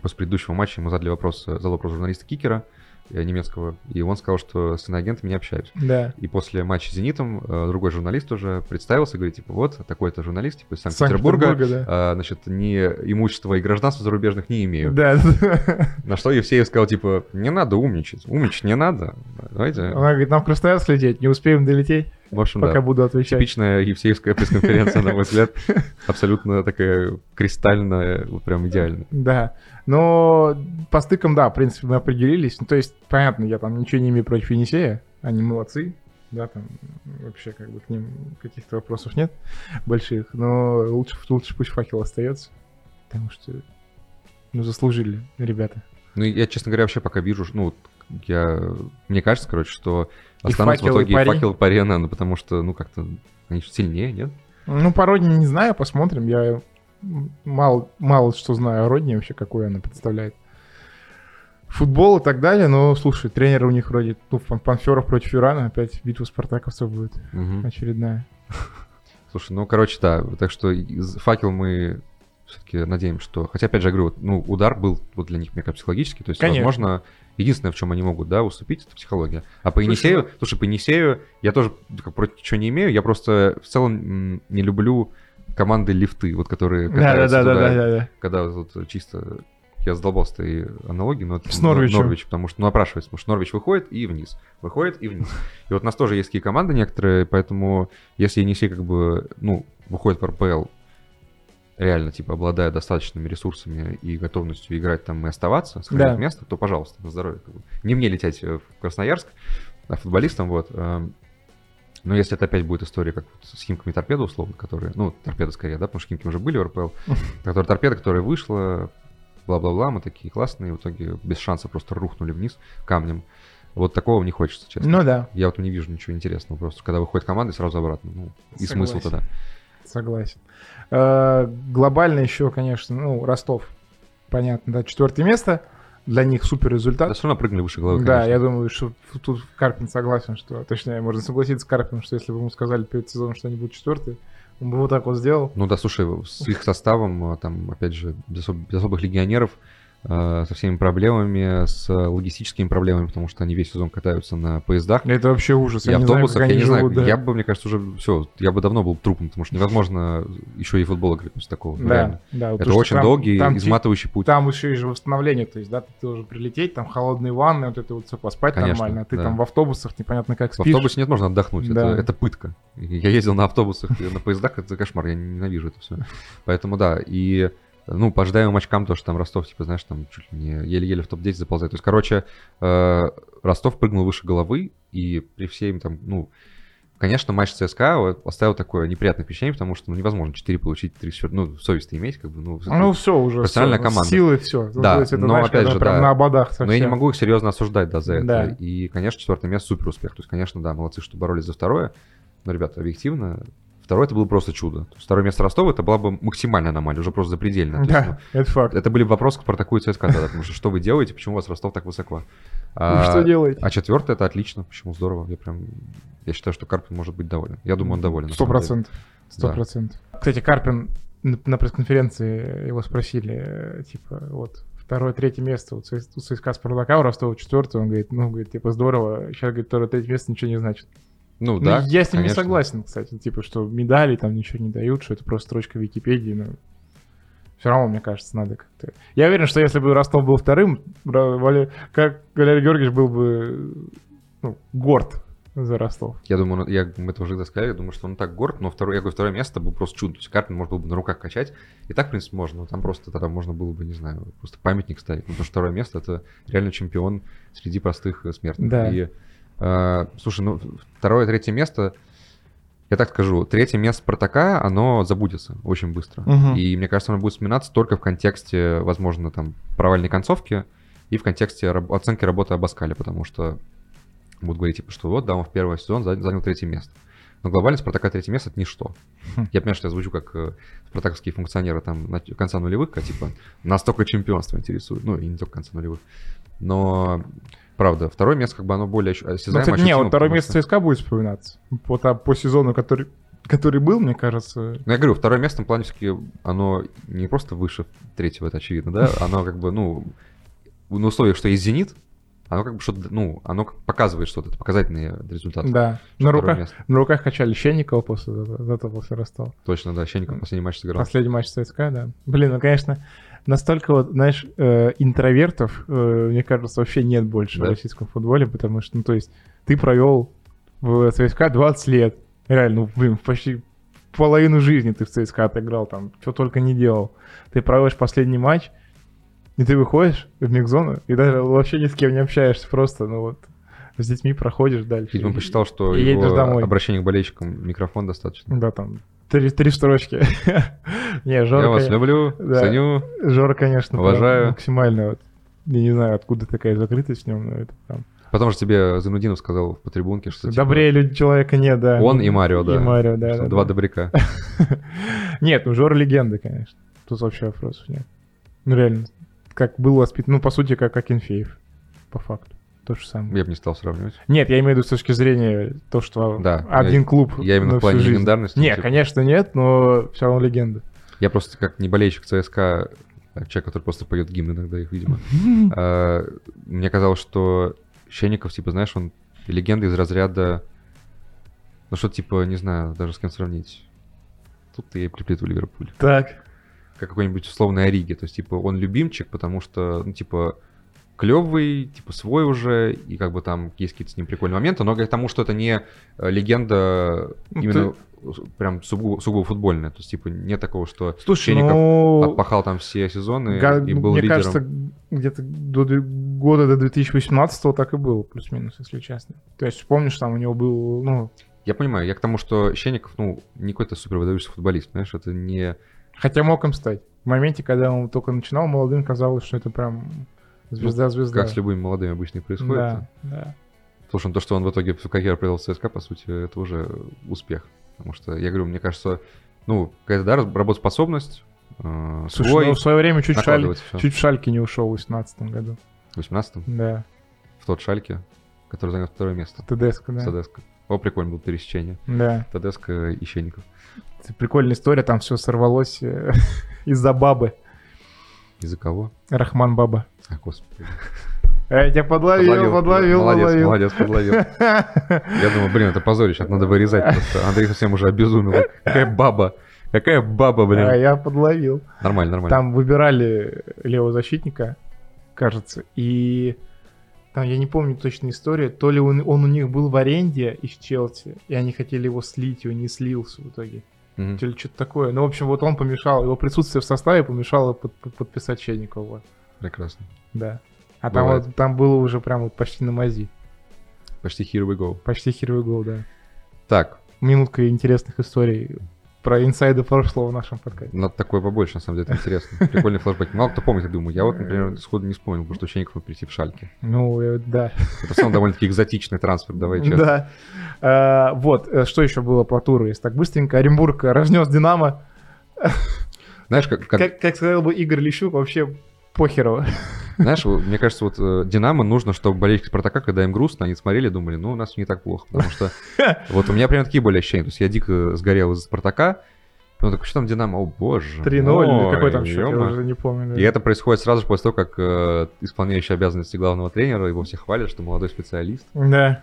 Speaker 1: после предыдущего матча ему задали вопрос, э, задал вопрос журналиста Кикера э, немецкого, и он сказал, что с иноагентами не общаюсь.
Speaker 2: Да.
Speaker 1: И после матча с «Зенитом» э, другой журналист уже представился, говорит, типа, вот, такой-то журналист, типа, из
Speaker 2: С
Speaker 1: Санкт-Петербурга,
Speaker 2: да.
Speaker 1: а, значит, ни имущества и гражданства зарубежных не имею.
Speaker 2: Да, да.
Speaker 1: На что Евсеев сказал, типа, не надо умничать, умничать не надо. Давайте,
Speaker 2: Она говорит, нам в Красноярск лететь, не успеем долететь,
Speaker 1: в общем,
Speaker 2: пока
Speaker 1: да.
Speaker 2: буду отвечать.
Speaker 1: Типичная евсеевская пресс-конференция, на мой *laughs* взгляд, абсолютно такая кристальная, вот прям идеальная.
Speaker 2: Да. Но по стыкам, да, в принципе, мы определились. Ну, то есть, понятно, я там ничего не имею против Енисея. Они молодцы. Да, там вообще как бы к ним каких-то вопросов нет больших. Но лучше, лучше пусть факел остается. Потому что, ну, заслужили ребята.
Speaker 1: Ну, я, честно говоря, вообще пока вижу, ну, вот я, мне кажется, короче, что
Speaker 2: И
Speaker 1: останутся в
Speaker 2: «Факел», и
Speaker 1: итоге и
Speaker 2: «Пари».
Speaker 1: факел пари, наверное, потому что, ну, как-то они же сильнее, нет?
Speaker 2: Ну, по Родине не знаю, посмотрим. Я м- мало, мало что знаю о Родине вообще, какую она представляет. Футбол и так далее, но, слушай, тренеры у них вроде, ну, Пан- Панферов против Юрана, опять битва спартаковцев будет
Speaker 1: Мгм.
Speaker 2: очередная.
Speaker 1: Слушай, ну, короче, да, так что из факел мы все-таки надеемся, что... Хотя, опять же, я говорю, вот, ну, удар был вот для них, мне кажется, психологический. То есть,
Speaker 2: Конечно.
Speaker 1: возможно, единственное, в чем они могут, да, уступить, это психология. А по
Speaker 2: Слушай, ну
Speaker 1: Енисею, слушай, по Енисею я тоже как, против ничего не имею, я просто в целом м, не люблю команды лифты, вот которые катаются туда,
Speaker 2: да.
Speaker 1: когда вот тут чисто... Я задолбался с этой аналогией, но это
Speaker 2: С
Speaker 1: Нор-
Speaker 2: Норвичем.
Speaker 1: Норвич, потому что ну, напрашивается, потому что Норвич выходит и вниз, выходит и вниз. И вот у нас тоже есть такие команды некоторые, поэтому если Енисей как бы, ну, выходит в РПЛ, реально, типа, обладая достаточными ресурсами и готовностью играть там и оставаться, сохранять
Speaker 2: Да.
Speaker 1: место, то, пожалуйста, на здоровье. как бы. Не мне лететь э, в Красноярск, а футболистам, вот. эм, Но если это опять будет история, как вот с Химками Торпеда, условно, которые, ну, Торпеда скорее, да, потому что Химки уже были в РПЛ, которая Торпеда, которая вышла, бла-бла-бла, мы такие классные, в итоге без шанса просто рухнули вниз камнем. Вот такого не хочется, честно.
Speaker 2: Ну да,
Speaker 1: Я вот не вижу ничего интересного, просто когда выходит команда и сразу обратно. Ну, и
Speaker 2: Согласен.
Speaker 1: смысл тогда.
Speaker 2: согласен. Э, Глобально еще, конечно, ну, Ростов, понятно, да, четвертое место. Для них супер результат.
Speaker 1: Да все равно прыгнули выше головы,
Speaker 2: Да,
Speaker 1: конечно.
Speaker 2: я думаю, что ф- тут Карпин согласен, что, точнее, можно согласиться с Карпином, что если бы ему сказали перед сезоном, что они будут четвертые, он бы вот так вот сделал.
Speaker 1: Ну да, слушай, с их составом, э, там, опять же, без, особ- без особых легионеров, э, со всеми проблемами, с э, логистическими проблемами, потому что они весь сезон катаются на поездах.
Speaker 2: Это вообще ужас.
Speaker 1: И автобусах, я не знаю,
Speaker 2: живут, да.
Speaker 1: я бы, мне кажется, уже все, я бы давно был трупом, потому что невозможно еще и футбол играть после такого. ну, реально.
Speaker 2: Да, да, вот
Speaker 1: Это
Speaker 2: потому что
Speaker 1: очень
Speaker 2: там-
Speaker 1: долгий,
Speaker 2: там, ти-
Speaker 1: изматывающий путь.
Speaker 2: Там еще и же восстановление, то есть, да, ты должен прилететь, там холодные ванны, вот это вот все, поспать
Speaker 1: Конечно,
Speaker 2: нормально, а ты
Speaker 1: да.
Speaker 2: там в автобусах непонятно как
Speaker 1: В
Speaker 2: спишь.
Speaker 1: автобусе нет, можно отдохнуть, это-
Speaker 2: Да.
Speaker 1: это, пытка. Я ездил на автобусах, и на поездах, это кошмар, я ненавижу это все. Поэтому да, и ну, по ожидаемым очкам, то, что там Ростов, типа, знаешь, там чуть ли не еле-еле в топ-10 заползает. То есть, короче, э, Ростов прыгнул выше головы, и при всем там, ну, конечно, матч с ЦСКА вот оставил такое неприятное впечатление, потому что ну, невозможно 4 получить, 3 ну, совесть иметь, как бы, ну,
Speaker 2: Ну все уже,
Speaker 1: Профессиональная
Speaker 2: всё,
Speaker 1: команда.
Speaker 2: силы все.
Speaker 1: Да, но опять же,
Speaker 2: прям
Speaker 1: да.
Speaker 2: на ободах совсем.
Speaker 1: Но я не могу их серьезно осуждать, да, за это.
Speaker 2: Да.
Speaker 1: И, конечно, четвертое место супер успех. То есть, конечно, да, молодцы, что боролись за второе. Но, ребята, объективно, второе это было просто чудо. То есть, второе место Ростова это была бы максимальная аномалия, уже просто запредельная. То есть,
Speaker 2: Да, это
Speaker 1: ну,
Speaker 2: факт.
Speaker 1: это были вопросы к протоколу ЦСКА, да, потому что что вы делаете, почему у вас Ростов так высоко?
Speaker 2: Вы Ну, что делаете?
Speaker 1: а четвертое это отлично, почему здорово. Я прям, я считаю, что Карпин может быть доволен. Я думаю, он доволен. на
Speaker 2: Сто
Speaker 1: самом деле.
Speaker 2: процентов. Сто
Speaker 1: Да.
Speaker 2: процентов. Кстати, Карпин на на пресс-конференции его спросили, э, типа, вот, второе, третье место у ЦС- у ЦСКА Спартака, у Ростова четвертое, он говорит, ну, говорит, типа, здорово, сейчас, говорит, второе, третье место ничего не значит.
Speaker 1: Ну,
Speaker 2: Ну,
Speaker 1: да.
Speaker 2: я с ним
Speaker 1: конечно.
Speaker 2: не согласен, кстати, типа, что медали там ничего не дают, что это просто строчка в Википедии, но все равно, мне кажется, надо как-то... Я уверен, что если бы Ростов был вторым, Ра- Вале- как Валерий Георгиевич был бы ну, горд за Ростов.
Speaker 1: Я думаю, он- я, мы это уже сказали, я думаю, что он так горд, но второе, я говорю, второе место было просто чудо. То есть Карпин можно было бы на руках качать. И так, в принципе, можно. Но там просто тогда можно было бы, не знаю, просто памятник ставить. Ну, Потому что второе место это реально чемпион среди простых э, смертных.
Speaker 2: Да.
Speaker 1: И, э, слушай, ну, второе, третье место, я так скажу, третье место Спартака, оно забудется очень быстро.
Speaker 2: Мгм.
Speaker 1: И мне кажется, оно будет вспоминаться только в контексте, возможно, там, провальной концовки и в контексте раб- оценки работы Абаскаля, потому что будут говорить, типа, что вот, да, он в первый сезон за- занял третье место. Но глобально Спартака третье место — это ничто.
Speaker 2: Хм.
Speaker 1: Я понимаю, что я звучу как э, спартаковские функционеры там нач- конца нулевых, а типа нас только чемпионство интересует, ну и не только конца нулевых. Но, правда, второе место, как бы оно более ощу-
Speaker 2: Ну,
Speaker 1: осязаемо,
Speaker 2: кстати, не,
Speaker 1: ощутимо,
Speaker 2: вот второе
Speaker 1: потому
Speaker 2: место
Speaker 1: что-
Speaker 2: ЦСКА будет вспоминаться. По, та- по сезону, который, который был, мне кажется.
Speaker 1: Ну, я говорю, второе место в этом плане все-таки оно не просто выше третьего, это очевидно, да? Оно как бы, ну, на условиях, что есть «Зенит», оно как бы что-то, ну, оно как показывает что-то, это показательные результаты.
Speaker 2: Да.
Speaker 1: Что
Speaker 2: На
Speaker 1: второе
Speaker 2: руках,
Speaker 1: место.
Speaker 2: на руках качали Щенникова после зато- зато после Ростова.
Speaker 1: Точно, да, Щенников последний матч сыграл.
Speaker 2: Последний матч ЦСКА, да. Блин, ну, конечно, настолько вот, знаешь, э, интровертов, э, мне кажется, вообще нет больше в
Speaker 1: Да.
Speaker 2: российском футболе, потому что, ну, то есть, ты провел в ЦСКА 20 лет. Реально, ну, блин, почти половину жизни ты в ЦСКА отыграл, там, что только не делал. Ты проводишь последний матч, и ты выходишь в миг-зону, и даже вообще ни с кем не общаешься, просто, ну вот, с детьми проходишь дальше.
Speaker 1: Видимо, посчитал, что
Speaker 2: И едешь
Speaker 1: его
Speaker 2: домой.
Speaker 1: обращение к болельщикам микрофон достаточно.
Speaker 2: Да, там, три, три строчки. *laughs* Не,
Speaker 1: Я
Speaker 2: Жора,
Speaker 1: вас
Speaker 2: коне-
Speaker 1: люблю,
Speaker 2: Да.
Speaker 1: ценю.
Speaker 2: Жора, конечно, прям
Speaker 1: уважаю.
Speaker 2: максимально, вот, я не знаю, откуда такая закрытость в нем, но это прям...
Speaker 1: Потом же тебе Занудинов сказал по трибунке, что типа,
Speaker 2: Добрее люди человека нет, да.
Speaker 1: он
Speaker 2: *laughs*
Speaker 1: и Марио, да.
Speaker 2: И Марио, да.
Speaker 1: что
Speaker 2: да,
Speaker 1: Два
Speaker 2: да.
Speaker 1: добряка.
Speaker 2: Нет, ну Жора легенда, конечно. Тут вообще вопросов нет. Ну реально, как был воспитан, ну по сути, как Акинфеев, по факту. То же самое.
Speaker 1: Я бы не стал сравнивать.
Speaker 2: Нет, я имею в виду с точки зрения то, что
Speaker 1: Да,
Speaker 2: один клуб
Speaker 1: Я именно
Speaker 2: на
Speaker 1: в плане
Speaker 2: всю жизнь.
Speaker 1: легендарности.
Speaker 2: Не,
Speaker 1: типа,
Speaker 2: конечно, нет, но все равно
Speaker 1: *laughs*
Speaker 2: легенда.
Speaker 1: Я просто как не болельщик ЦСКА, а человек, который просто поет гимн иногда их, видимо. а, Мне казалось, что Щенников, типа, знаешь, он легенда из разряда... Ну что, типа, не знаю, даже с кем сравнить. Тут я и приплету Ливерпуль.
Speaker 2: Так.
Speaker 1: Как какой-нибудь условный Ориги. То есть, типа, он любимчик, потому что, ну, типа, клевый, типа, свой уже, и как бы там есть какие-то с ним прикольные моменты, но к тому, что это не э, легенда
Speaker 2: Ну,
Speaker 1: именно с- прям сугубо, сугубо футбольная. То есть, типа, нет такого, что
Speaker 2: Слушай,
Speaker 1: Щенников
Speaker 2: ну...
Speaker 1: отпахал там все сезоны
Speaker 2: Га- ну,
Speaker 1: и был
Speaker 2: мне
Speaker 1: лидером.
Speaker 2: кажется, где-то до две- года до 2018 так и было, плюс-минус, если честно. То есть, помнишь, там у него был, ну,
Speaker 1: Я понимаю, я к тому, что Щенников, ну, не какой-то супер выдающийся футболист, понимаешь, это не...
Speaker 2: Хотя мог им стать. В моменте, когда он только начинал, молодым казалось, что это прям звезда-звезда.
Speaker 1: Ну, Как с любыми молодыми обычно и происходит.
Speaker 2: Да, да.
Speaker 1: Слушай, ну то, что он в итоге всю карьеру провел в ЦСКА, по сути, это уже успех. Потому что, я говорю, мне кажется, ну, какая-то, да, работоспособность, э,
Speaker 2: Слушай,
Speaker 1: свой,
Speaker 2: ну в свое время чуть, в Шаль-
Speaker 1: накладывать всё.
Speaker 2: чуть в Шальке не ушел в 18 году.
Speaker 1: в 18-м,
Speaker 2: Да,
Speaker 1: в тот шальке, который занял второе место
Speaker 2: Тедеско,
Speaker 1: с
Speaker 2: да.
Speaker 1: Тадеско. О, прикольно было пересечение.
Speaker 2: Да.
Speaker 1: Тадеско и Щенников.
Speaker 2: Это прикольная история, там все сорвалось э, *laughs* из-за бабы.
Speaker 1: Из-за кого?
Speaker 2: Рахман баба.
Speaker 1: А, господи.
Speaker 2: Э, я тебя подловил, подловил,
Speaker 1: молодец,
Speaker 2: подловил.
Speaker 1: молодец, подловил.
Speaker 2: *laughs*
Speaker 1: Я думаю, блин, это позорище, это надо вырезать просто. Андрей совсем уже обезумел. Какая баба, какая баба,
Speaker 2: А
Speaker 1: блин.
Speaker 2: я подловил.
Speaker 1: Нормально, нормально.
Speaker 2: Там выбирали левого защитника, кажется, и там, я не помню точно историю, то ли он, он у них был в аренде из Челси, и они хотели его слить, и он не слился в итоге.
Speaker 1: Мгм.
Speaker 2: То ли что-то такое. Ну, в общем, вот он помешал, его присутствие в составе помешало под, под- подписать Щенникова.
Speaker 1: Прекрасно.
Speaker 2: Да. А там,
Speaker 1: Бывает.
Speaker 2: вот- там было уже прям вот почти на мази.
Speaker 1: Почти here we go.
Speaker 2: Почти херовый гол, да.
Speaker 1: Так,
Speaker 2: Минутка интересных историй про инсайды прошлого в нашем подкасте.
Speaker 1: надо такое побольше, на самом деле, это интересно. Прикольный флешбэк. Мало кто помнит, я думаю. Я вот, например, сходу не вспомнил, потому что Щенников мог прийти в шальке.
Speaker 2: Ну, э, да.
Speaker 1: Это в целом довольно-таки экзотичный трансфер, давай честно.
Speaker 2: Да. А, вот, э, что еще было по туру, если так быстренько. Оренбург разнес Динамо.
Speaker 1: Знаешь, как, как-
Speaker 2: Как, как сказал бы Игорь Лещук, вообще похерово.
Speaker 1: знаешь, вот мне кажется, вот э, Динамо нужно, чтобы болельщики Спартака, когда им грустно, они смотрели и думали, ну, у нас не так плохо, потому
Speaker 2: *laughs*
Speaker 1: что вот у меня прям такие были ощущения. То есть я дико сгорел из Спартака, ну, так что там Динамо, *laughs* о боже
Speaker 2: 3-0, или какой там
Speaker 1: мой,
Speaker 2: счет, я
Speaker 1: ё-моё.
Speaker 2: уже не помню. да.
Speaker 1: И это происходит сразу же после того, как э, исполняющий обязанности главного тренера, его все хвалят, что молодой специалист.
Speaker 2: Да.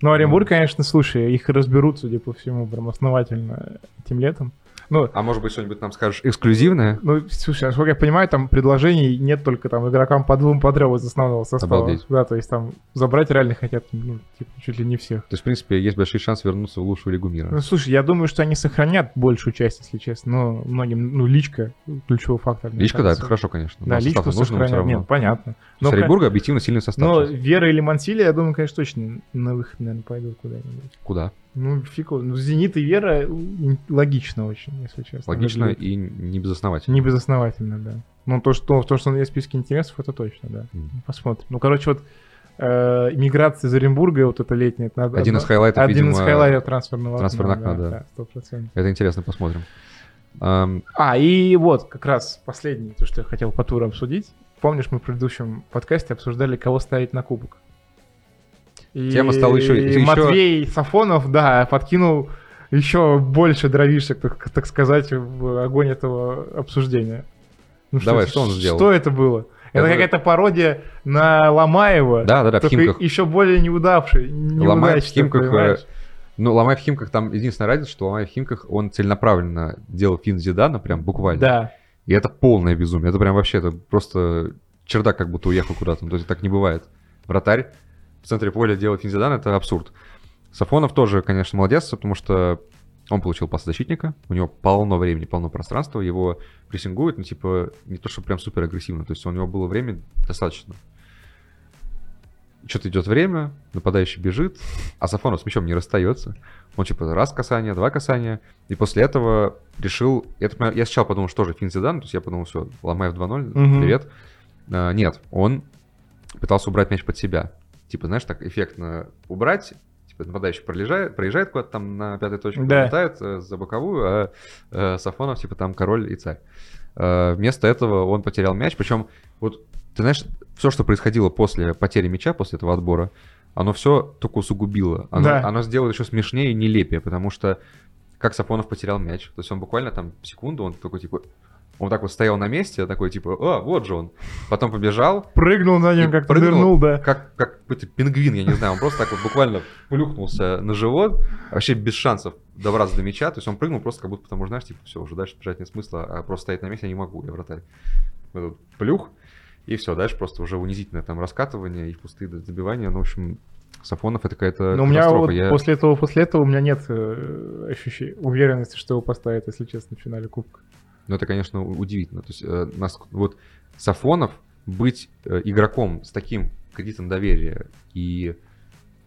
Speaker 2: Ну, Оренбург, конечно, слушай, их разберут, судя по всему, прям основательно этим летом. Ну,
Speaker 1: А может быть, что-нибудь нам скажешь эксклюзивное?
Speaker 2: ну, слушай, насколько я понимаю, там предложений нет только там игрокам по двум по трем из основного состава.
Speaker 1: Обалдеть.
Speaker 2: Да, то есть там забрать реально хотят, ну, типа, чуть ли не всех.
Speaker 1: То есть, в принципе, есть большие шансы вернуться в лучшую лигу
Speaker 2: Ну,
Speaker 1: мира.
Speaker 2: слушай, я думаю, что они сохранят большую часть, если честно. Но многим, ну, личка ключевой фактор. мне
Speaker 1: Личка, да,
Speaker 2: кажется.
Speaker 1: это хорошо, конечно.
Speaker 2: Да,
Speaker 1: но состав нужен
Speaker 2: личку
Speaker 1: ему всё
Speaker 2: сохранят.
Speaker 1: равно.
Speaker 2: Нет, понятно.
Speaker 1: С Оренбурга объективно сильный состав
Speaker 2: но
Speaker 1: сейчас.
Speaker 2: Вера или Мансилия, я думаю, конечно, точно на выход, наверное, пойдут куда-нибудь.
Speaker 1: Куда?
Speaker 2: Ну, фиг его. Ну, Зенит и Вера м, логично очень, если честно.
Speaker 1: Логично
Speaker 2: выглядит.
Speaker 1: и не безосновательно.
Speaker 2: Не безосновательно, да. Ну, то, что, то, что он есть в списке интересов, это точно, да.
Speaker 1: Мгм.
Speaker 2: Ну, Посмотрим. Ну, короче, вот э, миграция из Оренбурга, вот это летняя. это надо-
Speaker 1: Один из хайлайтов,
Speaker 2: один
Speaker 1: видимо,
Speaker 2: из хайлайтов трансферного окна,
Speaker 1: трансферного окна, да.
Speaker 2: да, 100%.
Speaker 1: Это интересно, посмотрим. Ам,
Speaker 2: А, и вот как раз последнее, то, что я хотел по туру обсудить. Помнишь, мы в предыдущем подкасте обсуждали, кого ставить на кубок? И
Speaker 1: Тема стала еще- еще-
Speaker 2: Матвей Сафонов, да, подкинул еще больше дровишек, так, так сказать, в огонь этого обсуждения. Ну,
Speaker 1: Давай,
Speaker 2: это-
Speaker 1: что он сделал?
Speaker 2: Что это было? Это,
Speaker 1: Это-
Speaker 2: какая-то пародия на Ломаева.
Speaker 1: да, да, да, в
Speaker 2: только
Speaker 1: Химках.
Speaker 2: еще более неудавший,
Speaker 1: Ломаев в
Speaker 2: неудачный,
Speaker 1: Химках, э,
Speaker 2: понимаешь?
Speaker 1: Ну, Ломай в Химках там единственная разница, что Ломай в Химках он целенаправленно делал фин Зидана, прям буквально.
Speaker 2: Да.
Speaker 1: И это полное безумие. Это прям вообще, это просто чердак как будто уехал куда-то. Ну, То есть так не бывает. Вратарь в центре поля делает Финзидан, это абсурд. Сафонов тоже, конечно, молодец, потому что он получил пас защитника, у него полно времени, полно пространства, его прессингуют, ну, типа, не то, что прям супер агрессивно, то есть у него было время достаточно. Что-то идет время, нападающий бежит, а Сафонов с мячом не расстается. Он типа раз касание, два касания, и после этого решил... Я, так понимаю, я сначала подумал, что же, Фин Зидан, то есть я подумал, все, Ломаев 2-0,
Speaker 2: Мгм.
Speaker 1: привет. А, нет, он пытался убрать мяч под себя. Типа, знаешь, так эффектно убрать, типа нападающий пролежает, проезжает куда-то там на пятой точке,
Speaker 2: Да.
Speaker 1: пролетает э, за боковую, а э, Сафонов типа там король и царь. Э, вместо этого он потерял мяч, причем вот ты знаешь, все, что происходило после потери мяча, после этого отбора, оно все только усугубило. Оно,
Speaker 2: Да.
Speaker 1: оно сделало еще смешнее и нелепее, потому что как Сафонов потерял мяч, то есть он буквально там секунду, он такой типа, он так вот стоял на месте, такой типа, а, вот же он. Потом побежал,
Speaker 2: Прыгнул на
Speaker 1: И
Speaker 2: нем, как-то
Speaker 1: прыгнул.
Speaker 2: нырнул, да.
Speaker 1: как, как какой-то пингвин, я не знаю, он просто так вот буквально плюхнулся на живот, вообще без шансов добраться до мяча, то есть он прыгнул просто как будто потому, что, знаешь, типа, все, уже дальше бежать нет смысла, а просто стоять на месте я не могу, я вратарь. Вот этот плюх, и все, дальше просто уже унизительное там раскатывание и в пустые добивания, ну, в общем, Сафонов это какая-то
Speaker 2: Но Ну, у меня
Speaker 1: э, катастрофа,
Speaker 2: вот
Speaker 1: я-
Speaker 2: после этого, после этого у меня нет э, ощущи- уверенности, что его поставят, если честно, в финале Кубка.
Speaker 1: Ну, это, конечно, у- удивительно. То есть, э, нас, вот Сафонов быть э, игроком с таким кредитом доверия и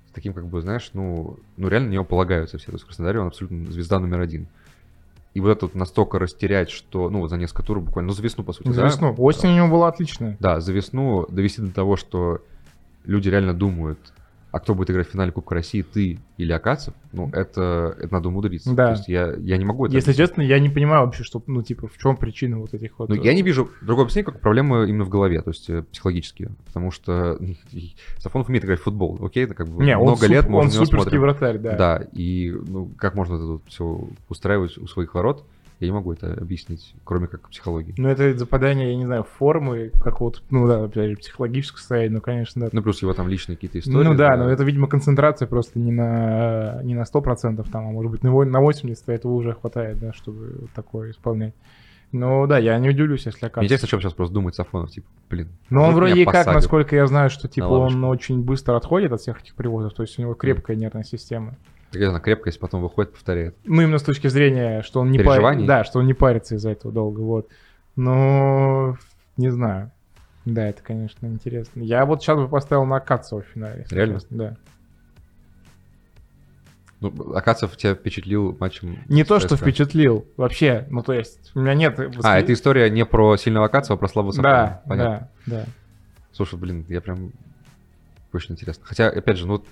Speaker 1: с таким, как бы, знаешь, ну, ну реально на него полагаются все. То есть в Краснодаре он абсолютно звезда номер один. И вот это вот настолько растерять, что, ну, вот за несколько туров буквально, ну, за весну, по сути,
Speaker 2: За
Speaker 1: да?
Speaker 2: весну. Осень у него была отличная.
Speaker 1: Да, за весну довести до того, что люди реально думают, а кто будет играть в финале Кубка России, ты или Акацев, ну, это, это надо умудриться.
Speaker 2: Да.
Speaker 1: То есть я, я не могу это...
Speaker 2: Если честно, я не понимаю вообще, что, ну, типа, в чем причина вот этих вот...
Speaker 1: Ну,
Speaker 2: э,
Speaker 1: я не вижу другого объяснения, как проблемы именно в голове, то есть э, психологические. Потому что *laughs* Сафонов умеет играть в футбол, окей? Это как бы
Speaker 2: Не, он
Speaker 1: много лет
Speaker 2: суп-
Speaker 1: мы
Speaker 2: он
Speaker 1: на него
Speaker 2: суперский
Speaker 1: смотрим.
Speaker 2: вратарь, да.
Speaker 1: Да. и ну, как можно это все устраивать у своих ворот, я не могу это объяснить, кроме как психологии.
Speaker 2: Ну, это западание, я не знаю, формы, какого-то, ну, да, опять же, психологического состояния, ну, конечно, да.
Speaker 1: Ну, плюс его там личные какие-то истории.
Speaker 2: ну да, но это, видимо, концентрация просто не на, не на 100% там, а может быть на вой- на 80, этого уже хватает, да, чтобы вот такое исполнять. Ну да, я не удивлюсь, если
Speaker 1: Мне интересно,
Speaker 2: окажется.
Speaker 1: о чем сейчас просто думает Сафонов, типа, блин.
Speaker 2: Но Ну, он
Speaker 1: вот меня
Speaker 2: вроде как,
Speaker 1: посадят.
Speaker 2: насколько я знаю, что типа он
Speaker 1: лавочку.
Speaker 2: очень быстро отходит от всех этих привозов, то есть у него крепкая нервная система.
Speaker 1: Такая она крепкая, если потом выходит, повторяет.
Speaker 2: Ну, именно с точки зрения, что он не парится.
Speaker 1: Переживаний?
Speaker 2: Да, что он не парится из-за этого долго, вот. Но не знаю. Да, это, конечно, интересно. Я вот сейчас бы поставил на Акацева в финале. если
Speaker 1: Реально?
Speaker 2: честно, Да.
Speaker 1: Ну, Акацев тебя впечатлил матчем...
Speaker 2: Не
Speaker 1: с
Speaker 2: то, что
Speaker 1: ЦСКА.
Speaker 2: впечатлил, вообще, ну то есть, у меня нет...
Speaker 1: А, это история не про сильного Акацева, а про слабого Сафонова.
Speaker 2: Да, да, да.
Speaker 1: Слушай, блин, я прям... Очень интересно. Хотя, опять же, ну, вот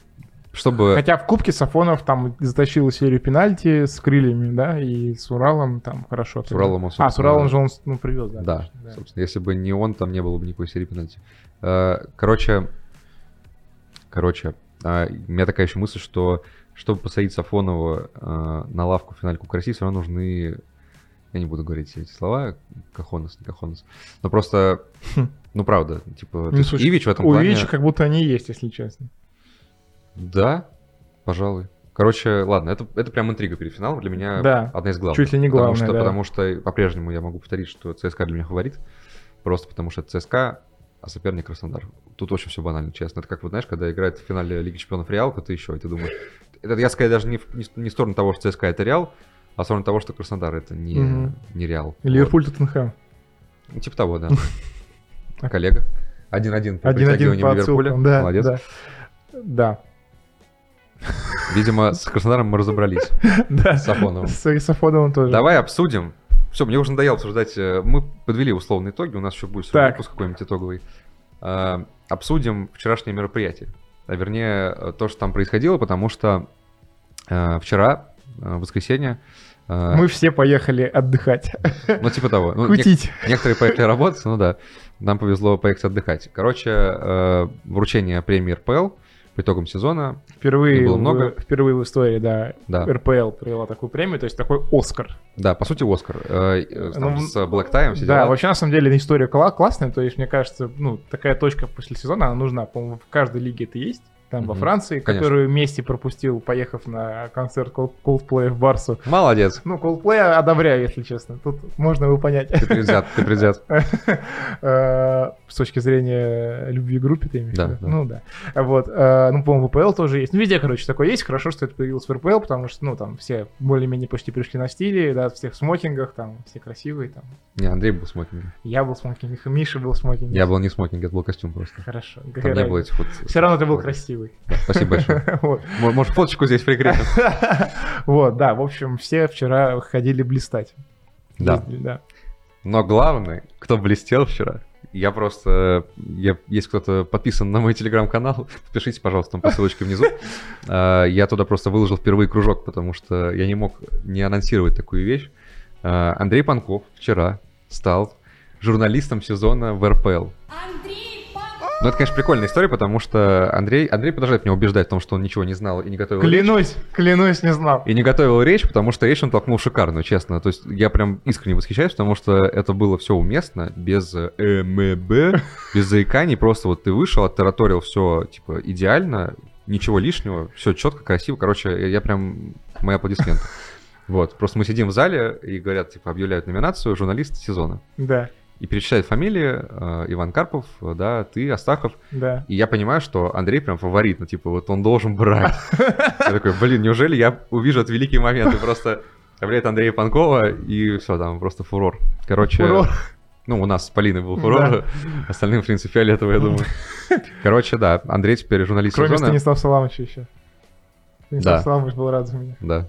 Speaker 1: чтобы...
Speaker 2: Хотя в Кубке Сафонов там затащил серию пенальти с крыльями, да, и с Уралом там хорошо.
Speaker 1: С Уралом он,
Speaker 2: А, с Уралом
Speaker 1: собственно,
Speaker 2: же он ну, привез, да.
Speaker 1: Да,
Speaker 2: конечно,
Speaker 1: собственно, если бы не он, там не было бы никакой серии пенальти. Э, Короче, короче, а, у меня такая еще мысль, что чтобы посадить Сафонова э, на лавку в финале Кубка России, все равно нужны, я не буду говорить эти слова, кахонос, не кахонос, но просто, ну правда, типа, то
Speaker 2: Хм. Ну,
Speaker 1: есть
Speaker 2: слушай,
Speaker 1: Ивич в этом
Speaker 2: У
Speaker 1: плане...
Speaker 2: Ильича как будто они есть, если честно.
Speaker 1: Да, пожалуй. Короче, ладно, это, это прям интрига перед финалом для меня
Speaker 2: Да,
Speaker 1: одна из главных.
Speaker 2: чуть ли не
Speaker 1: потому
Speaker 2: главная,
Speaker 1: что,
Speaker 2: да.
Speaker 1: Потому что по-прежнему я могу повторить, что ЦСКА для меня фаворит, просто потому что это ЦСКА, а соперник Краснодар. Тут очень все банально, честно. Это как, вот знаешь, когда играет в финале Лиги Чемпионов Реалка, ты еще, и ты думаешь... Это, я скорее даже не, в- не, с- не в сторону того, что ЦСКА это Реал, а в сторону того, что Краснодар это не,
Speaker 2: Мгм.
Speaker 1: не Реал.
Speaker 2: Ливерпуль Тоттенхэм.
Speaker 1: Вот. Ну, Типа того,
Speaker 2: *laughs*
Speaker 1: да. Коллега. 1-1 по
Speaker 2: Один-один
Speaker 1: притягиванию
Speaker 2: по
Speaker 1: Ливерпуля.
Speaker 2: отсылкам, да.
Speaker 1: Молодец.
Speaker 2: Да. Да, *laughs*
Speaker 1: Видимо, с Краснодаром мы разобрались.
Speaker 2: да.
Speaker 1: С Сафоновым.
Speaker 2: С и Сафоновым тоже.
Speaker 1: Давай обсудим. Все, мне уже надоело обсуждать. э, Мы подвели условные итоги, у нас еще будет сегодня
Speaker 2: Так.
Speaker 1: выпуск какой-нибудь итоговый. А, Обсудим вчерашнее мероприятие. А вернее, э, то, что там происходило, потому что э, вчера, э, в воскресенье, э,
Speaker 2: Мы все поехали отдыхать,
Speaker 1: ну типа того, ну, нек-
Speaker 2: кутить.
Speaker 1: некоторые поехали работать, ну да, нам повезло поехать отдыхать. Короче, э, вручение премии РПЛ по итогам сезона,
Speaker 2: Впервые,
Speaker 1: Их было
Speaker 2: в-
Speaker 1: много?
Speaker 2: впервые в истории, да,
Speaker 1: да,
Speaker 2: РПЛ провела такую премию, то есть такой Оскар.
Speaker 1: да, по сути Оскар, э, э, там
Speaker 2: Ну,
Speaker 1: с Black Time, все
Speaker 2: да,
Speaker 1: дела.
Speaker 2: вообще на самом деле история кла- классная, то есть мне кажется, ну такая точка после сезона она нужна, по-моему, в каждой лиге это есть. Там во
Speaker 1: Мгм,
Speaker 2: Франции,
Speaker 1: конечно.
Speaker 2: которую Месси пропустил, поехав на концерт Col- Coldplay в Барсу.
Speaker 1: Молодец,
Speaker 2: Ну, Coldplay одобряю, если честно. Тут можно его понять.
Speaker 1: ты предвзят, ты предвзят.
Speaker 2: *laughs* Э, С точки зрения любви к группе, ты имеешь в
Speaker 1: Да,
Speaker 2: виду?
Speaker 1: да.
Speaker 2: Ну да. Вот. э, Ну, по-моему, в ВПЛ тоже есть. Ну, везде, короче, такое есть. Хорошо, что это появилось в РПЛ, потому что, ну, там все более-менее почти пришли на стиле, да, все в смокингах, там, все красивые, там.
Speaker 1: Не, Андрей был в смокинге.
Speaker 2: Я был в смокингах, и *laughs* Миша был в смокинге.
Speaker 1: Я был не в смокинге, это был костюм просто.
Speaker 2: Хорошо.
Speaker 1: Там не было этих вот...
Speaker 2: Все равно ты был
Speaker 1: Ладно.
Speaker 2: красивый.
Speaker 1: Спасибо большое.
Speaker 2: *laughs* Вот.
Speaker 1: Мо- Может, фоточку здесь прикрепим?
Speaker 2: Вот, да, в общем, все вчера ходили блистать.
Speaker 1: Да.
Speaker 2: Ездили, да.
Speaker 1: Но главное, кто блестел вчера, я просто... Я, если кто-то подписан на мой телеграм-канал, *laughs* подпишитесь, пожалуйста, там по ссылочке внизу. А, Я туда просто выложил впервые кружок, потому что я не мог не анонсировать такую вещь. А, Андрей Панков вчера стал журналистом сезона в РПЛ.
Speaker 3: Андрей Пан...
Speaker 1: Ну, это, конечно, прикольная история, потому что Андрей, Андрей продолжает меня убеждать в том, что он ничего не знал и не готовил речь.
Speaker 2: Клянусь, клянусь, не знал.
Speaker 1: И не готовил речь, потому что речь он толкнул шикарную, честно. То есть я прям искренне восхищаюсь, потому что это было все уместно, без э, МБ, без заиканий. Просто вот ты вышел, оттараторил все, типа, идеально, ничего лишнего, все четко, красиво. Короче, я прям... Мои аплодисменты. Вот, просто мы сидим в зале и говорят, типа, объявляют номинацию «Журналист сезона».
Speaker 2: Да,
Speaker 1: И перечисляют фамилии, э, Иван Карпов, э, да, ты, Астахов.
Speaker 2: да.
Speaker 1: И я понимаю, что Андрей прям фаворит, ну, типа, вот он должен брать. Я такой, блин, неужели я увижу этот великий момент? И просто обляет Андрея Панкова, и все, там просто фурор. Короче,
Speaker 2: Фурор.
Speaker 1: Ну, у нас с Полиной был Фурожа, остальным, в принципе, фиолетово, я думаю. Короче, да, Андрей теперь журналист
Speaker 2: Кроме
Speaker 1: сезона.
Speaker 2: Станислава Саламовича еще.
Speaker 1: Да.
Speaker 2: Станислав Саламович был рад за меня.
Speaker 1: Да.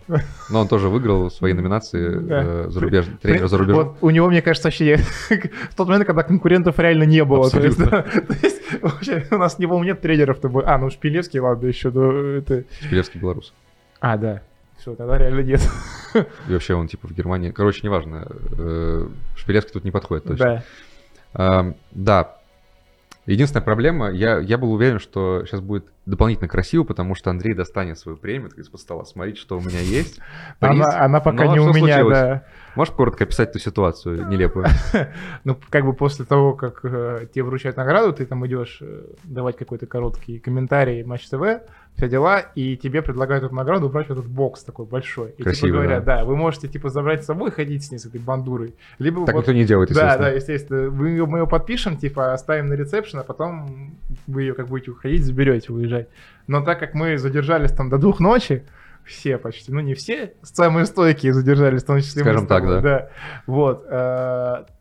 Speaker 1: Но он тоже выиграл свои номинации
Speaker 2: Да.
Speaker 1: э, зарубеж- тренера за рубежом.
Speaker 2: Вот у него, мне кажется, вообще *laughs* в тот момент, когда конкурентов реально не было. То есть,
Speaker 1: Абсолютно.
Speaker 2: *laughs* то есть, вообще у нас не было нет тренеров-то. бы- А, ну Шпилевский, ладно, еще. ну, это...
Speaker 1: Шпилевский белорус.
Speaker 2: А, да. Все, тогда реально нет. *laughs*
Speaker 1: И вообще он типа в Германии. Короче, неважно. э, Шпилевский тут не подходит точно.
Speaker 2: Да.
Speaker 1: Эм, Да. Единственная проблема, я, я был уверен, что сейчас будет дополнительно красиво, потому что Андрей достанет свою премию так, из-под стола, смотрит, что у меня есть.
Speaker 2: *laughs*
Speaker 1: приз.
Speaker 2: Она, она пока
Speaker 1: Ну, а
Speaker 2: не у
Speaker 1: что
Speaker 2: меня,
Speaker 1: случилось?
Speaker 2: да.
Speaker 1: Можешь коротко описать эту ситуацию
Speaker 2: *laughs*
Speaker 1: нелепую?
Speaker 2: Ну, как бы после того, как э, тебе вручают награду, ты там идешь э, давать какой-то короткий комментарий Матч ТВ, все дела, и тебе предлагают эту награду убрать в этот бокс такой большой. И типа
Speaker 1: Красивый,
Speaker 2: говорят, да. вы можете типа забрать с собой и ходить с ней, с этой бандурой. Либо
Speaker 1: Так
Speaker 2: вот-
Speaker 1: никто не делает,
Speaker 2: Да, да,
Speaker 1: естественно.
Speaker 2: естественно. Вы ее, мы ее подпишем, типа, оставим на ресепшн, а потом вы ее как будете уходить, заберете, уезжать. Но так как мы задержались там до двух ночи, все почти, ну не все, самые стойкие задержались, в том числе мы
Speaker 1: Скажем
Speaker 2: с тобой,
Speaker 1: так, да.
Speaker 2: Вот. э,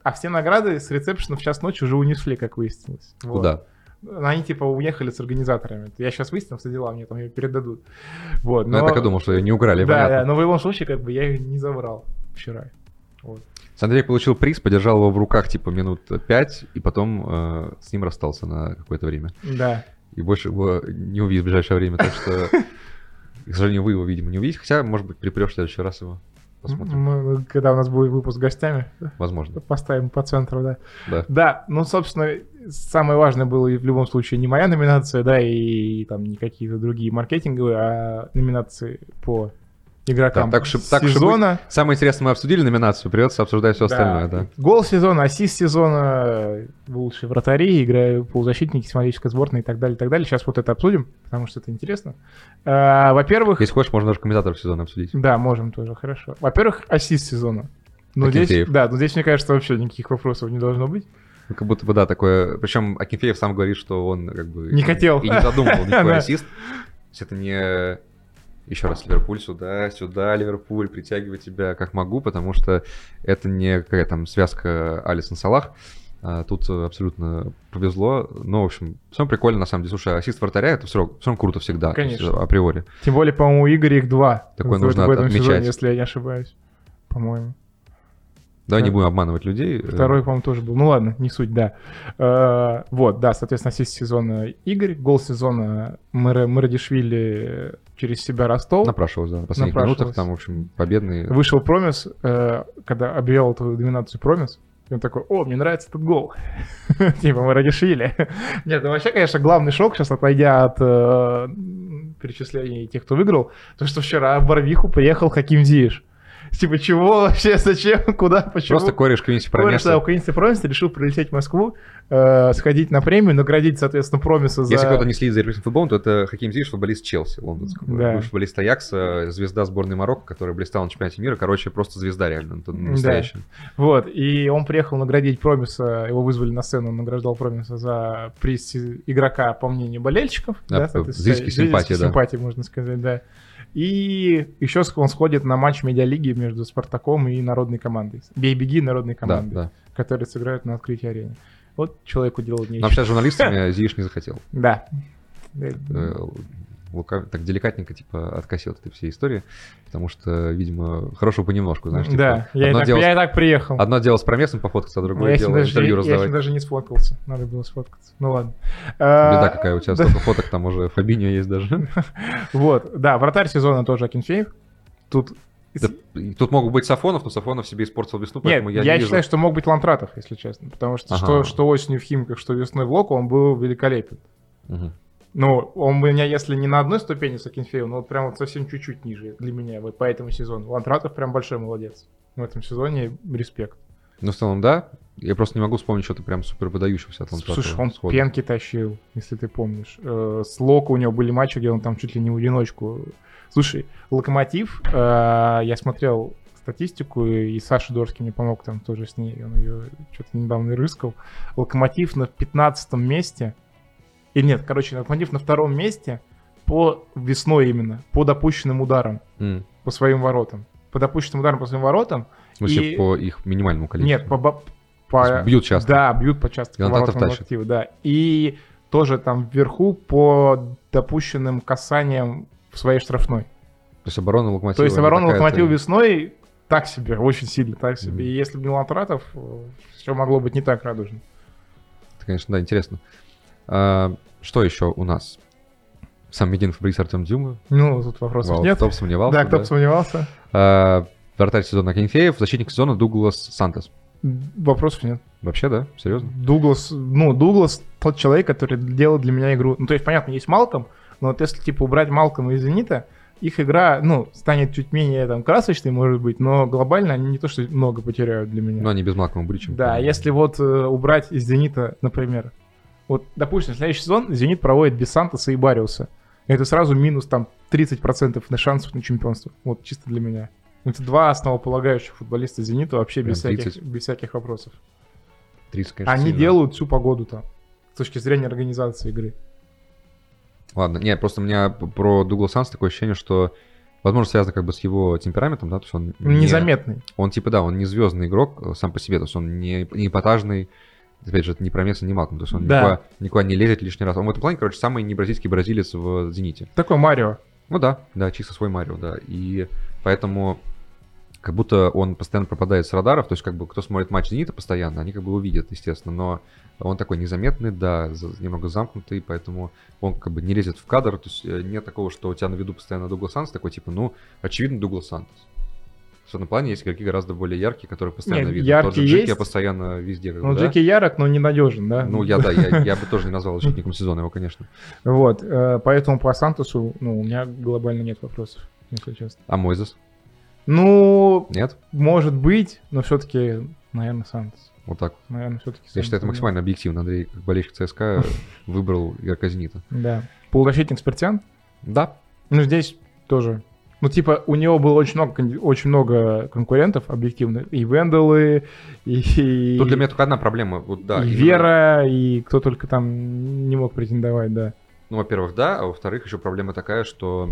Speaker 2: А все награды с ресепшена в час ночи уже унесли, как выяснилось. Вот.
Speaker 1: Куда?
Speaker 2: Ну, Они типа уехали с организаторами. Я сейчас выяснил, все дела, мне там ее передадут. Вот.
Speaker 1: Ну, я так и думал, что ее не украли,
Speaker 2: Да, да, ну.
Speaker 1: понятно.
Speaker 2: но в любом случае, как бы я ее не забрал вчера.
Speaker 1: Андрей получил приз, подержал его в руках типа минут пять, и потом э, с ним расстался на какое-то время.
Speaker 2: Да.
Speaker 1: И больше его не увидит в ближайшее время, так что, *laughs* к сожалению, вы его, видимо, не увидите. Хотя, может быть, припрешь в следующий раз его. Посмотрим.
Speaker 2: Мы, когда у нас будет выпуск с гостями,
Speaker 1: Возможно.
Speaker 2: Поставим по центру, да.
Speaker 1: Да.
Speaker 2: Да, ну, собственно, самое важное было и в любом случае не моя номинация, да, и, там не какие-то другие маркетинговые, а номинации по игрокам
Speaker 1: Да, так уж и- так уж и
Speaker 2: сезона.
Speaker 1: Самое интересное, мы обсудили номинацию, придется обсуждать все остальное, да.
Speaker 2: Гол сезона, ассист сезона, лучшие вратари, играю полузащитники, символическая сборная и так далее, и так далее. Сейчас вот это обсудим, потому что это интересно. А, во-первых,
Speaker 1: Если хочешь, можно даже комментаторов сезона обсудить.
Speaker 2: да, можем тоже, хорошо. Во-первых, ассист сезона. Ну, здесь,
Speaker 1: Акинфеев.
Speaker 2: да, но здесь, мне кажется, вообще никаких вопросов не должно быть.
Speaker 1: Ну, Как будто бы, да, такое... Причем Акинфеев сам говорит, что он как бы...
Speaker 2: Не
Speaker 1: и-
Speaker 2: хотел.
Speaker 1: И не задумывал
Speaker 2: *laughs*
Speaker 1: никакой
Speaker 2: Да.
Speaker 1: ассист. То есть это не... Еще раз, Ливерпуль сюда, сюда, Ливерпуль, притягивай тебя как могу, потому что это не какая там связка Алисон-Салах. А, Тут э, абсолютно повезло. Ну, в общем, все прикольно, на самом деле. Слушай, а ассист вратаря — это все равно круто всегда. то есть, а,
Speaker 2: Конечно.
Speaker 1: априори.
Speaker 2: Тем более, по-моему, у Игоря их два.
Speaker 1: Такое
Speaker 2: в,
Speaker 1: нужно
Speaker 2: в этом
Speaker 1: отмечать.
Speaker 2: сезоне, если я не ошибаюсь. По-моему.
Speaker 1: Да, не
Speaker 2: Да.
Speaker 1: будем обманывать людей. Э,
Speaker 2: Второй, по-моему, тоже был. Ну ладно, не суть, да. Э, вот, да, соответственно, ассист сезона Игорь, гол сезона Мэр- Мэрдишвили через себя Ростов.
Speaker 1: Напрашивалось, да, на последних
Speaker 2: Напрашивалось.
Speaker 1: минутах. Там, в общем, победный.
Speaker 2: Вышел Промис, э, когда объявил эту доминацию Промис, и он такой, о, мне нравится этот гол. *laughs* Типа мы Радишвили. *laughs* Нет, ну вообще, конечно, главный шок сейчас, отойдя от э, перечислений тех, кто выиграл, то, что вчера в Барвиху приехал Хаким Зиеш. Типа, чего вообще, *laughs* зачем, куда, почему?
Speaker 1: Просто кореш Квинси
Speaker 2: Говорят,
Speaker 1: пронесся.
Speaker 2: да, украинцы Промис решил прилететь в Москву, э, сходить на премию, наградить, соответственно, Промиса за...
Speaker 1: Если кто-то не следит за европейским футболом, то это Хаким Зиш, футболист Челси лондонского.
Speaker 2: Да.
Speaker 1: Бывший футболист Аякса, звезда сборной Марокко, которая блистала на чемпионате мира. Короче, просто звезда реально, ну, тут
Speaker 2: Да.
Speaker 1: настоящая.
Speaker 2: Вот, и он приехал наградить Промиса, его вызвали на сцену, он награждал Промиса за приз игрока, по мнению болельщиков.
Speaker 1: Да,
Speaker 2: соответственно,
Speaker 1: зрительские симпатии, да.
Speaker 2: симпатии, можно сказать, да. И еще он сходит на матч медиалиги между Спартаком и народной командой. Бей-беги народной
Speaker 1: Да,
Speaker 2: команды,
Speaker 1: да.
Speaker 2: которые сыграют на открытии арены. Вот человеку делать
Speaker 1: Но
Speaker 2: нечего.
Speaker 1: общаться с
Speaker 2: *laughs*
Speaker 1: журналистами Зиш не захотел.
Speaker 2: Да.
Speaker 1: Э, Лука так деликатненько, типа, откосил от этой всей истории, потому что, видимо, хорошего понемножку, знаешь, типа,
Speaker 2: да, я и,
Speaker 1: одно,
Speaker 2: так,
Speaker 1: дело,
Speaker 2: я и так приехал.
Speaker 1: *laughs* одно дело с промесом пофоткаться, а другое
Speaker 2: я, с ним
Speaker 1: дело
Speaker 2: даже,
Speaker 1: интервью
Speaker 2: я с ним
Speaker 1: раздавать.
Speaker 2: даже не сфоткался. Надо было сфоткаться. Ну ладно.
Speaker 1: Беда
Speaker 2: А,
Speaker 1: какая, у тебя
Speaker 2: *laughs* да.
Speaker 1: столько фоток, там уже Фабиньо есть даже.
Speaker 2: Вот, да, вратарь сезона тоже Акинфеев. Тут...
Speaker 1: Да, и Тут мог быть Сафонов, но Сафонов себе испортил весну,
Speaker 2: Нет,
Speaker 1: поэтому
Speaker 2: я,
Speaker 1: я не вижу.
Speaker 2: считаю, что мог быть Лантратов, если честно. Потому что
Speaker 1: Ага.
Speaker 2: что, что осенью в Химках, что весной в Локу, он был великолепен.
Speaker 1: Мгм.
Speaker 2: Ну, он у меня, если не на одной ступени с Акинфеевым, но вот прям вот совсем чуть-чуть ниже для меня вот по этому сезону. Лантратов прям большой молодец. В этом сезоне респект.
Speaker 1: Ну, в целом, да. Я просто не могу вспомнить что-то прям супер выдающегося от Ландратова
Speaker 2: Слушай, он
Speaker 1: сходу.
Speaker 2: пенки тащил, если ты помнишь. Э, С Локо у него были матчи, где он там чуть ли не в одиночку. Слушай, Локомотив, э, я смотрел статистику, и Саша Дорский мне помог там тоже с ней, он ее что-то недавно рыскал. Локомотив на 15 месте, или нет, короче, Локомотив на втором месте по весной именно, по допущенным ударам,
Speaker 1: М.
Speaker 2: по своим воротам. По допущенным ударам по своим воротам.
Speaker 1: В смысле,
Speaker 2: И-
Speaker 1: по их минимальному количеству.
Speaker 2: Нет, по, бо- по...
Speaker 1: бьют часто.
Speaker 2: Да, бьют по часто
Speaker 1: И он
Speaker 2: поворотам
Speaker 1: тащит.
Speaker 2: актива, да. И тоже там вверху по допущенным касаниям в своей штрафной.
Speaker 1: То есть оборона локомотива.
Speaker 2: То есть
Speaker 1: не
Speaker 2: оборона
Speaker 1: такая-то-
Speaker 2: локомотива весной так себе, очень сильно так себе.
Speaker 1: Мгм.
Speaker 2: И если бы не Латратов, все могло быть не так радужно.
Speaker 1: Это, конечно, да, интересно. А, что еще у нас? Сам един фабриц Артем Дюма.
Speaker 2: Ну, тут вопросов
Speaker 1: Вау,
Speaker 2: нет.
Speaker 1: Кто бы сомневался.
Speaker 2: да, кто бы
Speaker 1: да?
Speaker 2: сомневался.
Speaker 1: А, Вратарь сезона Кенфеев, защитник сезона Дуглас Сантос.
Speaker 2: Вопросов нет.
Speaker 1: Вообще, да? Серьезно?
Speaker 2: Дуглас, ну, Дуглас тот человек, который делал для меня игру. Ну, то есть, понятно, есть Малком, но вот если, типа, убрать Малком из Зенита, их игра, ну, станет чуть менее, там, красочной, может быть, но глобально они не то, что много потеряют для меня.
Speaker 1: Но Ну, они без Малкома Бричем.
Speaker 2: Да, если вот э, убрать из Зенита, например, вот, допустим, следующий сезон Зенит проводит без Сантоса и Бариуса. Это сразу минус там 30% на шансов на чемпионство. Вот чисто для меня. Это два основополагающих футболиста Зенита вообще без
Speaker 1: Прям
Speaker 2: всяких,
Speaker 1: 30?
Speaker 2: без всяких вопросов.
Speaker 1: 30, конечно,
Speaker 2: Они
Speaker 1: сильно.
Speaker 2: делают всю погоду там с точки зрения организации игры.
Speaker 1: Ладно, нет, просто у меня п- про Дуглас Санс такое ощущение, что, возможно, связано как бы с его темпераментом, да, то есть он... не-
Speaker 2: Ну, Незаметный.
Speaker 1: Он типа, да, он не звездный игрок э, сам по себе, то есть он не, не эпатажный, опять же, это не про Месса, не Малком, то есть он
Speaker 2: Да.
Speaker 1: никуда, никуда не лезет лишний раз. Он в этом плане, короче, самый не бразильский бразилец в «Зените».
Speaker 2: Такой Марио.
Speaker 1: Ну да, да, чисто свой Марио, да. И поэтому как будто он постоянно пропадает с радаров, то есть как бы кто смотрит матч «Зенита» постоянно, они как бы его видят, естественно, но он такой незаметный, да, за- немного замкнутый, поэтому он как бы не лезет в кадр, то есть э, нет такого, что у тебя на виду постоянно Дуглас Сантос, такой типа, ну, очевидно, Дуглас Сантос. В этом плане есть игроки гораздо более яркие, которые постоянно
Speaker 2: Нет,
Speaker 1: видно. Тот же
Speaker 2: яркий
Speaker 1: Джики
Speaker 2: есть.
Speaker 1: постоянно везде. как бы,
Speaker 2: Ну,
Speaker 1: да?
Speaker 2: Джеки ярок, но ненадежен, да?
Speaker 1: Ну, я, да, я, я бы тоже не назвал защитником сезона его, конечно.
Speaker 2: *laughs* Вот, э, поэтому по Сантосу, ну, у меня глобально нет вопросов, если честно.
Speaker 1: А Мойзес?
Speaker 2: Ну,
Speaker 1: Нет?
Speaker 2: Может быть, но все-таки, наверное, Сантос.
Speaker 1: Вот так
Speaker 2: Наверное, все-таки
Speaker 1: Я считаю, это максимально объективно. Андрей, как болельщик
Speaker 2: *laughs*
Speaker 1: ЦСКА, выбрал игрока «Зенита».
Speaker 2: Да. Полузащитник Спиртян.
Speaker 1: Да,
Speaker 2: Ну, здесь тоже. Ну, типа, у него было очень много, кон- очень много конкурентов, объективно. И Венделы, и,
Speaker 1: тут для меня только одна проблема. Вот, да,
Speaker 2: и
Speaker 1: именно-
Speaker 2: Вера, и кто только там не мог претендовать, да.
Speaker 1: Ну, во-первых, да, а во-вторых, еще проблема такая, что...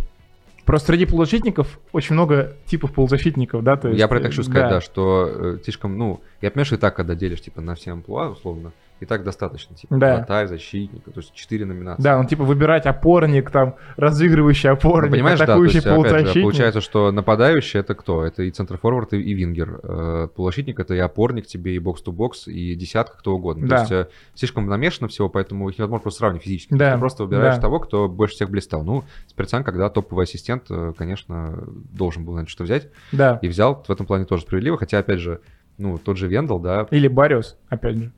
Speaker 2: Просто среди полузащитников очень много типов полузащитников, да? То есть, э,
Speaker 1: я про это хочу сказать, да,
Speaker 2: да.
Speaker 1: что э, слишком, ну, я понимаю, что и так, когда делишь, типа, на все амплуа, условно, и так достаточно, типа,
Speaker 2: Да.
Speaker 1: вратарь, защитник, то есть четыре номинации.
Speaker 2: Да, ну типа выбирать опорник, там, разыгрывающий
Speaker 1: Ну,
Speaker 2: опорник,
Speaker 1: понимаешь, да, то
Speaker 2: атакующий
Speaker 1: есть, опять же,
Speaker 2: полузащитник.
Speaker 1: получается, что нападающий это кто? Это и центр-форвард, и, и вингер. Э, Полузащитник это и опорник тебе, и бокс-ту-бокс, и десятка, кто угодно.
Speaker 2: Да.
Speaker 1: То есть э, слишком намешано всего, поэтому их невозможно просто сравнить физически.
Speaker 2: Да,
Speaker 1: Ты просто выбираешь
Speaker 2: да.
Speaker 1: того, кто больше всех блистал. Ну, Спирцан, когда топовый ассистент, э, конечно, должен был, наверное, что-то взять.
Speaker 2: Да.
Speaker 1: И взял, в этом плане тоже справедливо. Хотя, опять же, ну, тот же Вендел, да,
Speaker 2: Или Бариус, опять же.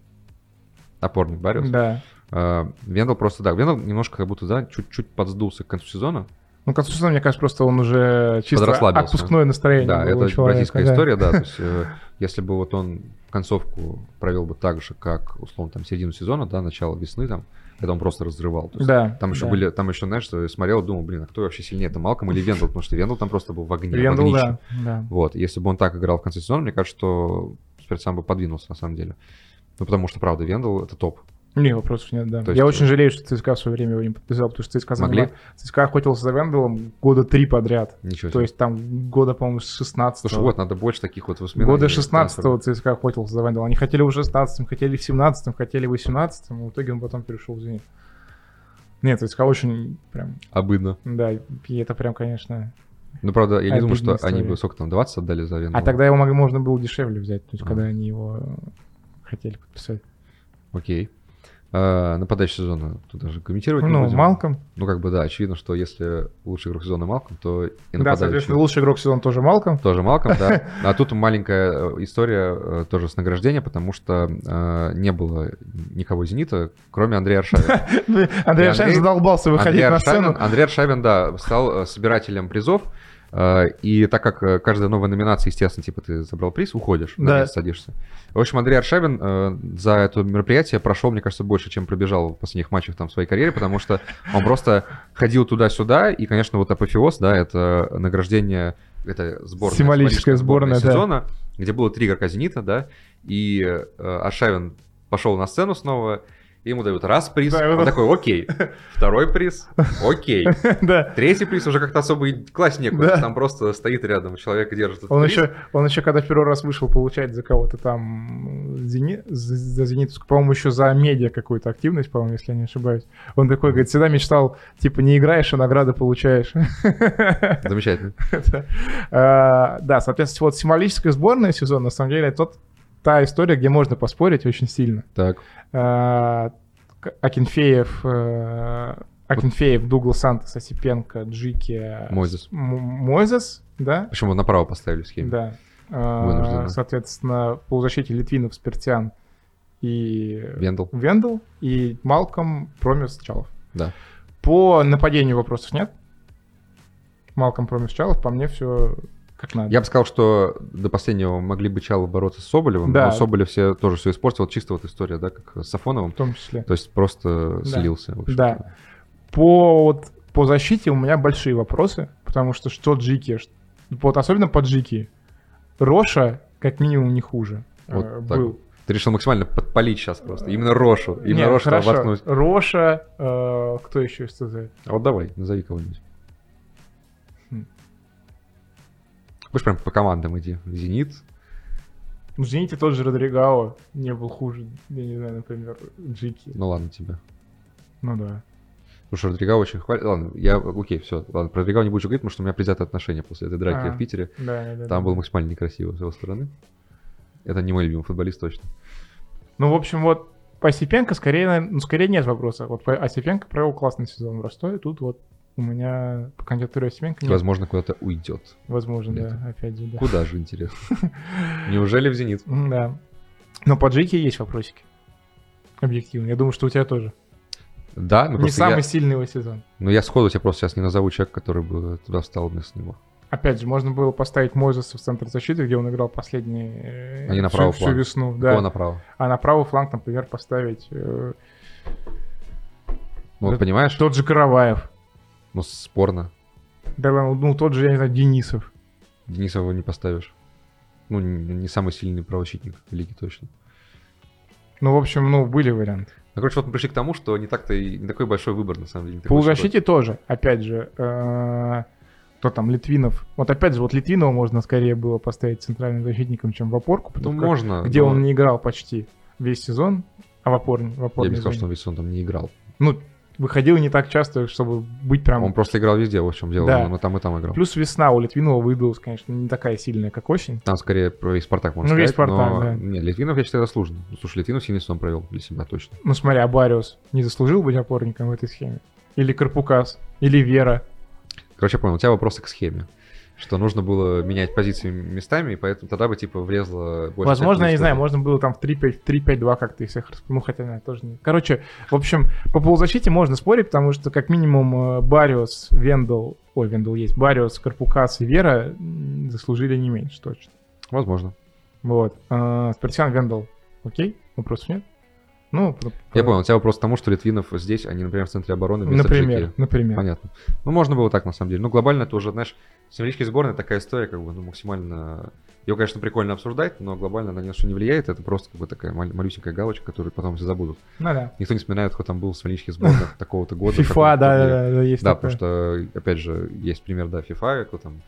Speaker 1: опорник Бариус.
Speaker 2: Да.
Speaker 1: Э, Вендел просто, да, Вендел немножко как будто, да, чуть-чуть подсдулся к концу сезона.
Speaker 2: Ну, Константин, мне кажется, просто он уже чисто
Speaker 1: Подрасслабился.
Speaker 2: отпускное настроение
Speaker 1: Да,
Speaker 2: было у
Speaker 1: это
Speaker 2: человека,
Speaker 1: бразильская
Speaker 2: да.
Speaker 1: история,
Speaker 2: *laughs*
Speaker 1: да. То есть, э, если бы вот он концовку провел бы так же, как, условно, там, середину сезона, да, начало весны, там, когда он просто разрывал. то есть
Speaker 2: Да.
Speaker 1: Там еще
Speaker 2: да.
Speaker 1: были, там еще, знаешь, что я смотрел, думал, блин, а кто вообще сильнее, это Малком или Вендел, потому что Вендел там просто был в огне, в
Speaker 2: Вендел,
Speaker 1: огнище.
Speaker 2: да, да.
Speaker 1: Вот, если бы он так играл в конце сезона, мне кажется, что Спиртсам бы подвинулся, на самом деле. Ну, потому что, правда, Вендел — это топ.
Speaker 2: Не, вопросов нет, да.
Speaker 1: То есть- э,
Speaker 2: Я очень жалею, что ЦСКА в свое время его не подписал, потому что ЦСКА,
Speaker 1: Могли?
Speaker 2: занимал- ЦСКА охотился за Венделом года три подряд.
Speaker 1: Ничего
Speaker 2: То
Speaker 1: себе.
Speaker 2: есть там года, по-моему, с 16
Speaker 1: Слушай, вот, надо больше таких вот воспоминаний.
Speaker 2: Года 16-го ЦСКА охотился за Венделом. Они хотели в 16 хотели в 17 хотели в 18 в итоге он потом перешел в Зенит. Нет, ЦСКА очень прям,
Speaker 1: Обыдно.
Speaker 2: да, и это прям, конечно...
Speaker 1: Ну, правда, я не думаю,
Speaker 2: Обидная
Speaker 1: что они
Speaker 2: история.
Speaker 1: бы, сколько там, 20 отдали за Вендела?
Speaker 2: А тогда его мог- можно было дешевле взять, то есть
Speaker 1: Мгм.
Speaker 2: когда они его хотели подписать.
Speaker 1: Окей. А, нападающий сезона тут даже комментировать не
Speaker 2: ну,
Speaker 1: будем.
Speaker 2: Малком.
Speaker 1: Ну, как бы, да, очевидно, что если лучший игрок сезона Малком, то и
Speaker 2: Да,
Speaker 1: нападающий
Speaker 2: соответственно, лучший игрок сезона тоже
Speaker 1: *laughs*
Speaker 2: Малком.
Speaker 1: тоже Малком, да.
Speaker 2: *laughs*
Speaker 1: А тут маленькая э, история э, тоже с награждением, потому что э, не было никого из «Зенита», кроме Андрея Аршавина.
Speaker 2: Андрей Аршавин
Speaker 1: Андрей-
Speaker 2: задолбался выходить
Speaker 1: Андрей
Speaker 2: на
Speaker 1: Аршавин-
Speaker 2: сцену.
Speaker 1: Андрей Аршавин, да, стал э, собирателем призов. э, И так как э, каждая новая номинация, естественно, типа ты забрал приз, уходишь, на
Speaker 2: Да.
Speaker 1: место садишься. В общем, Андрей Аршавин э, за это мероприятие прошел, мне кажется, больше, чем пробежал в последних матчах там в своей карьере, потому что он просто ходил туда-сюда, и, конечно, вот апофеоз, да, это награждение, это сборная.
Speaker 2: Символическая сборная, да.
Speaker 1: сезона, где было три игрока «Зенита», да, и э, Аршавин пошел на сцену снова, и Ему дают раз приз,
Speaker 2: Да, и вот
Speaker 1: он
Speaker 2: он-
Speaker 1: такой,
Speaker 2: *laughs*
Speaker 1: окей. Второй приз, окей.
Speaker 2: Да.
Speaker 1: Третий приз уже как-то особо и класть некуда.
Speaker 2: Да.
Speaker 1: Там просто стоит рядом, человек держит этот
Speaker 2: Он
Speaker 1: приз.
Speaker 2: еще, он еще, когда в первый раз вышел получать за кого-то там э, «Зени- за, за зенитовскую, по-моему, еще за медиа какую-то активность, по-моему, если я не ошибаюсь. Он такой, говорит, всегда мечтал, типа, не играешь, а награды получаешь. *laughs*
Speaker 1: Замечательно.
Speaker 2: А, Да, соответственно, вот символическая сборная сезона, на самом деле, тот, та история, где можно поспорить очень сильно.
Speaker 1: Так.
Speaker 2: А, к- Акинфеев, э, Акинфеев, Дуглас Сантос, Осипенко, Джики,
Speaker 1: Мойзес.
Speaker 2: М- Мойзес, да?
Speaker 1: Почему направо поставили в схеме?
Speaker 2: Да. А,
Speaker 1: Вынужденно.
Speaker 2: Соответственно, в полузащите Литвинов, Спиртян и
Speaker 1: Вендел.
Speaker 2: Вендел, и Малком, Промис, Чалов.
Speaker 1: Да.
Speaker 2: По нападению вопросов нет. Малком, Промис, Чалов, по мне все как надо.
Speaker 1: Я бы сказал, что до последнего могли бы Чалов бороться с Соболевым,
Speaker 2: Да.
Speaker 1: но Соболев все тоже все испортил. Вот Чисто вот история, да, как с Сафоновым.
Speaker 2: В том числе.
Speaker 1: То есть просто слился. в общем-то.
Speaker 2: Да. По, вот, по защите у меня большие вопросы, потому что что Джики, ш- вот особенно по Джики, Роша как минимум не хуже
Speaker 1: Вот
Speaker 2: э,
Speaker 1: так.
Speaker 2: был.
Speaker 1: Ты решил максимально подпалить сейчас просто. Именно Рошу. Именно
Speaker 2: Не,
Speaker 1: Рошу
Speaker 2: хорошо.
Speaker 1: обоснуть.
Speaker 2: Роша, э, кто еще из ТЗ?
Speaker 1: А вот давай, назови кого-нибудь.
Speaker 2: Хм.
Speaker 1: Будешь прям по командам иди. Зенит.
Speaker 2: Ну, извините, тот же Родригао не был хуже, я не знаю, например, Джики.
Speaker 1: Ну ладно тебе.
Speaker 2: Ну да.
Speaker 1: Потому что Родрига очень хвалит. Ладно, я... Окей, все. Ладно, про Родрига не будешь говорить, потому что у меня предвзятые отношения после этой драки
Speaker 2: А.
Speaker 1: в Питере.
Speaker 2: Да, да, да.
Speaker 1: Там было максимально некрасиво с его стороны. Это не мой любимый футболист точно.
Speaker 2: Ну, в общем, вот по Осипенко скорее, наверно, ну, скорее нет вопроса. Вот по Осипенко провел классный сезон в Ростове, тут вот у меня по кандидатуре Осипенко нет.
Speaker 1: Возможно, куда-то уйдет.
Speaker 2: Возможно,
Speaker 1: Нет.
Speaker 2: да, опять же, да.
Speaker 1: Куда же, интересно?
Speaker 2: *laughs*
Speaker 1: Неужели в «Зенит»?
Speaker 2: М, Да. Но по Джике есть вопросики. Объективно. Я думаю, что у тебя тоже.
Speaker 1: Да, ну
Speaker 2: не
Speaker 1: просто
Speaker 2: самый
Speaker 1: я...
Speaker 2: сильный его сезон.
Speaker 1: Ну я сходу тебе просто сейчас не назову человека, который бы туда встал вместо него.
Speaker 2: Опять же, можно было поставить Мойзеса в центр защиты, где он играл последний э,
Speaker 1: Они на
Speaker 2: всю-
Speaker 1: правый
Speaker 2: всю,
Speaker 1: фланг.
Speaker 2: весну.
Speaker 1: Да.
Speaker 2: Да.
Speaker 1: направо?
Speaker 2: А на правый фланг, например, поставить э,
Speaker 1: Ну вот
Speaker 2: Да
Speaker 1: понимаешь?
Speaker 2: тот же Караваев.
Speaker 1: Ну спорно.
Speaker 2: Да, ладно, ну тот же, я не знаю, Денисов.
Speaker 1: Денисова не поставишь. Ну, н- не самый сильный правозащитник лиги точно.
Speaker 2: Ну, в общем, ну, были варианты.
Speaker 1: Ну, короче, вот мы пришли к тому, что не так-то и не такой большой выбор, на самом деле. не
Speaker 2: В
Speaker 1: такой большой
Speaker 2: полузащите тоже, опять же, э, кто там, Литвинов. Вот опять же, вот Литвинова можно скорее было поставить центральным защитником, чем в опорку,
Speaker 1: выбор.
Speaker 2: потому
Speaker 1: Ну,
Speaker 2: как-
Speaker 1: можно.
Speaker 2: где
Speaker 1: но
Speaker 2: он не играл почти весь сезон, а в опорне, в
Speaker 1: Я
Speaker 2: опорной
Speaker 1: бы не сказал,
Speaker 2: зоне.
Speaker 1: что он весь он там не играл.
Speaker 2: Ну, выходил не так часто, чтобы быть прям...
Speaker 1: Он просто играл везде, вот в чем дело.
Speaker 2: Да.
Speaker 1: Он и там, и там играл.
Speaker 2: Плюс весна у Литвинова выдалась, конечно, не такая сильная, как осень.
Speaker 1: Там скорее про весь Спартак можно
Speaker 2: Ну,
Speaker 1: сказать.
Speaker 2: весь «Спартак»,
Speaker 1: но-
Speaker 2: да.
Speaker 1: Не, Литвинов, я считаю, заслуженно. Ну, Слушай, Литвинов сильный сон провел для себя точно.
Speaker 2: Ну, смотри, Абариус не заслужил быть опорником в этой схеме. Или Карпукас, или Вера.
Speaker 1: Короче, я понял, у тебя вопросы к схеме. Что нужно было менять позиции местами, и поэтому тогда бы, типа, влезло больше.
Speaker 2: Возможно, я не
Speaker 1: всяких
Speaker 2: знаю,
Speaker 1: историй.
Speaker 2: можно было там в 3-5, 3-5-2 как-то их всех расп- Ну, хотя, наверное, тоже не. Короче, в общем, по полузащите можно спорить, потому что, как минимум, э, Бариус, Вендел... Ой, Вендел есть. Бариус, Карпукас и Вера м, заслужили не меньше точно.
Speaker 1: Возможно.
Speaker 2: Вот. А, Спартиан Вендел. Окей? Вопросов нет? Ну, п-
Speaker 1: Я
Speaker 2: п-
Speaker 1: понял, у тебя вопрос к тому, что Литвинов здесь, а не, например, в центре обороны вместо
Speaker 2: Например,
Speaker 1: Джики.
Speaker 2: например.
Speaker 1: Понятно. Ну, можно было так, на самом деле. Ну, глобально это уже, знаешь, символические сборная такая история, как бы, ну, максимально... Ее, конечно, прикольно обсуждать, но глобально она ни на что не влияет. Это просто как бы такая маль- малюсенькая галочка, которую потом все забудут.
Speaker 2: Ну да.
Speaker 1: Никто не вспоминает, кто там был в символических
Speaker 2: *laughs*
Speaker 1: сборных такого-то года.
Speaker 2: FIFA, да,
Speaker 1: такого-то
Speaker 2: да,
Speaker 1: турнира.
Speaker 2: да, да, есть
Speaker 1: Да, потому
Speaker 2: такое.
Speaker 1: что, опять же, есть пример, да, FIFA, кто там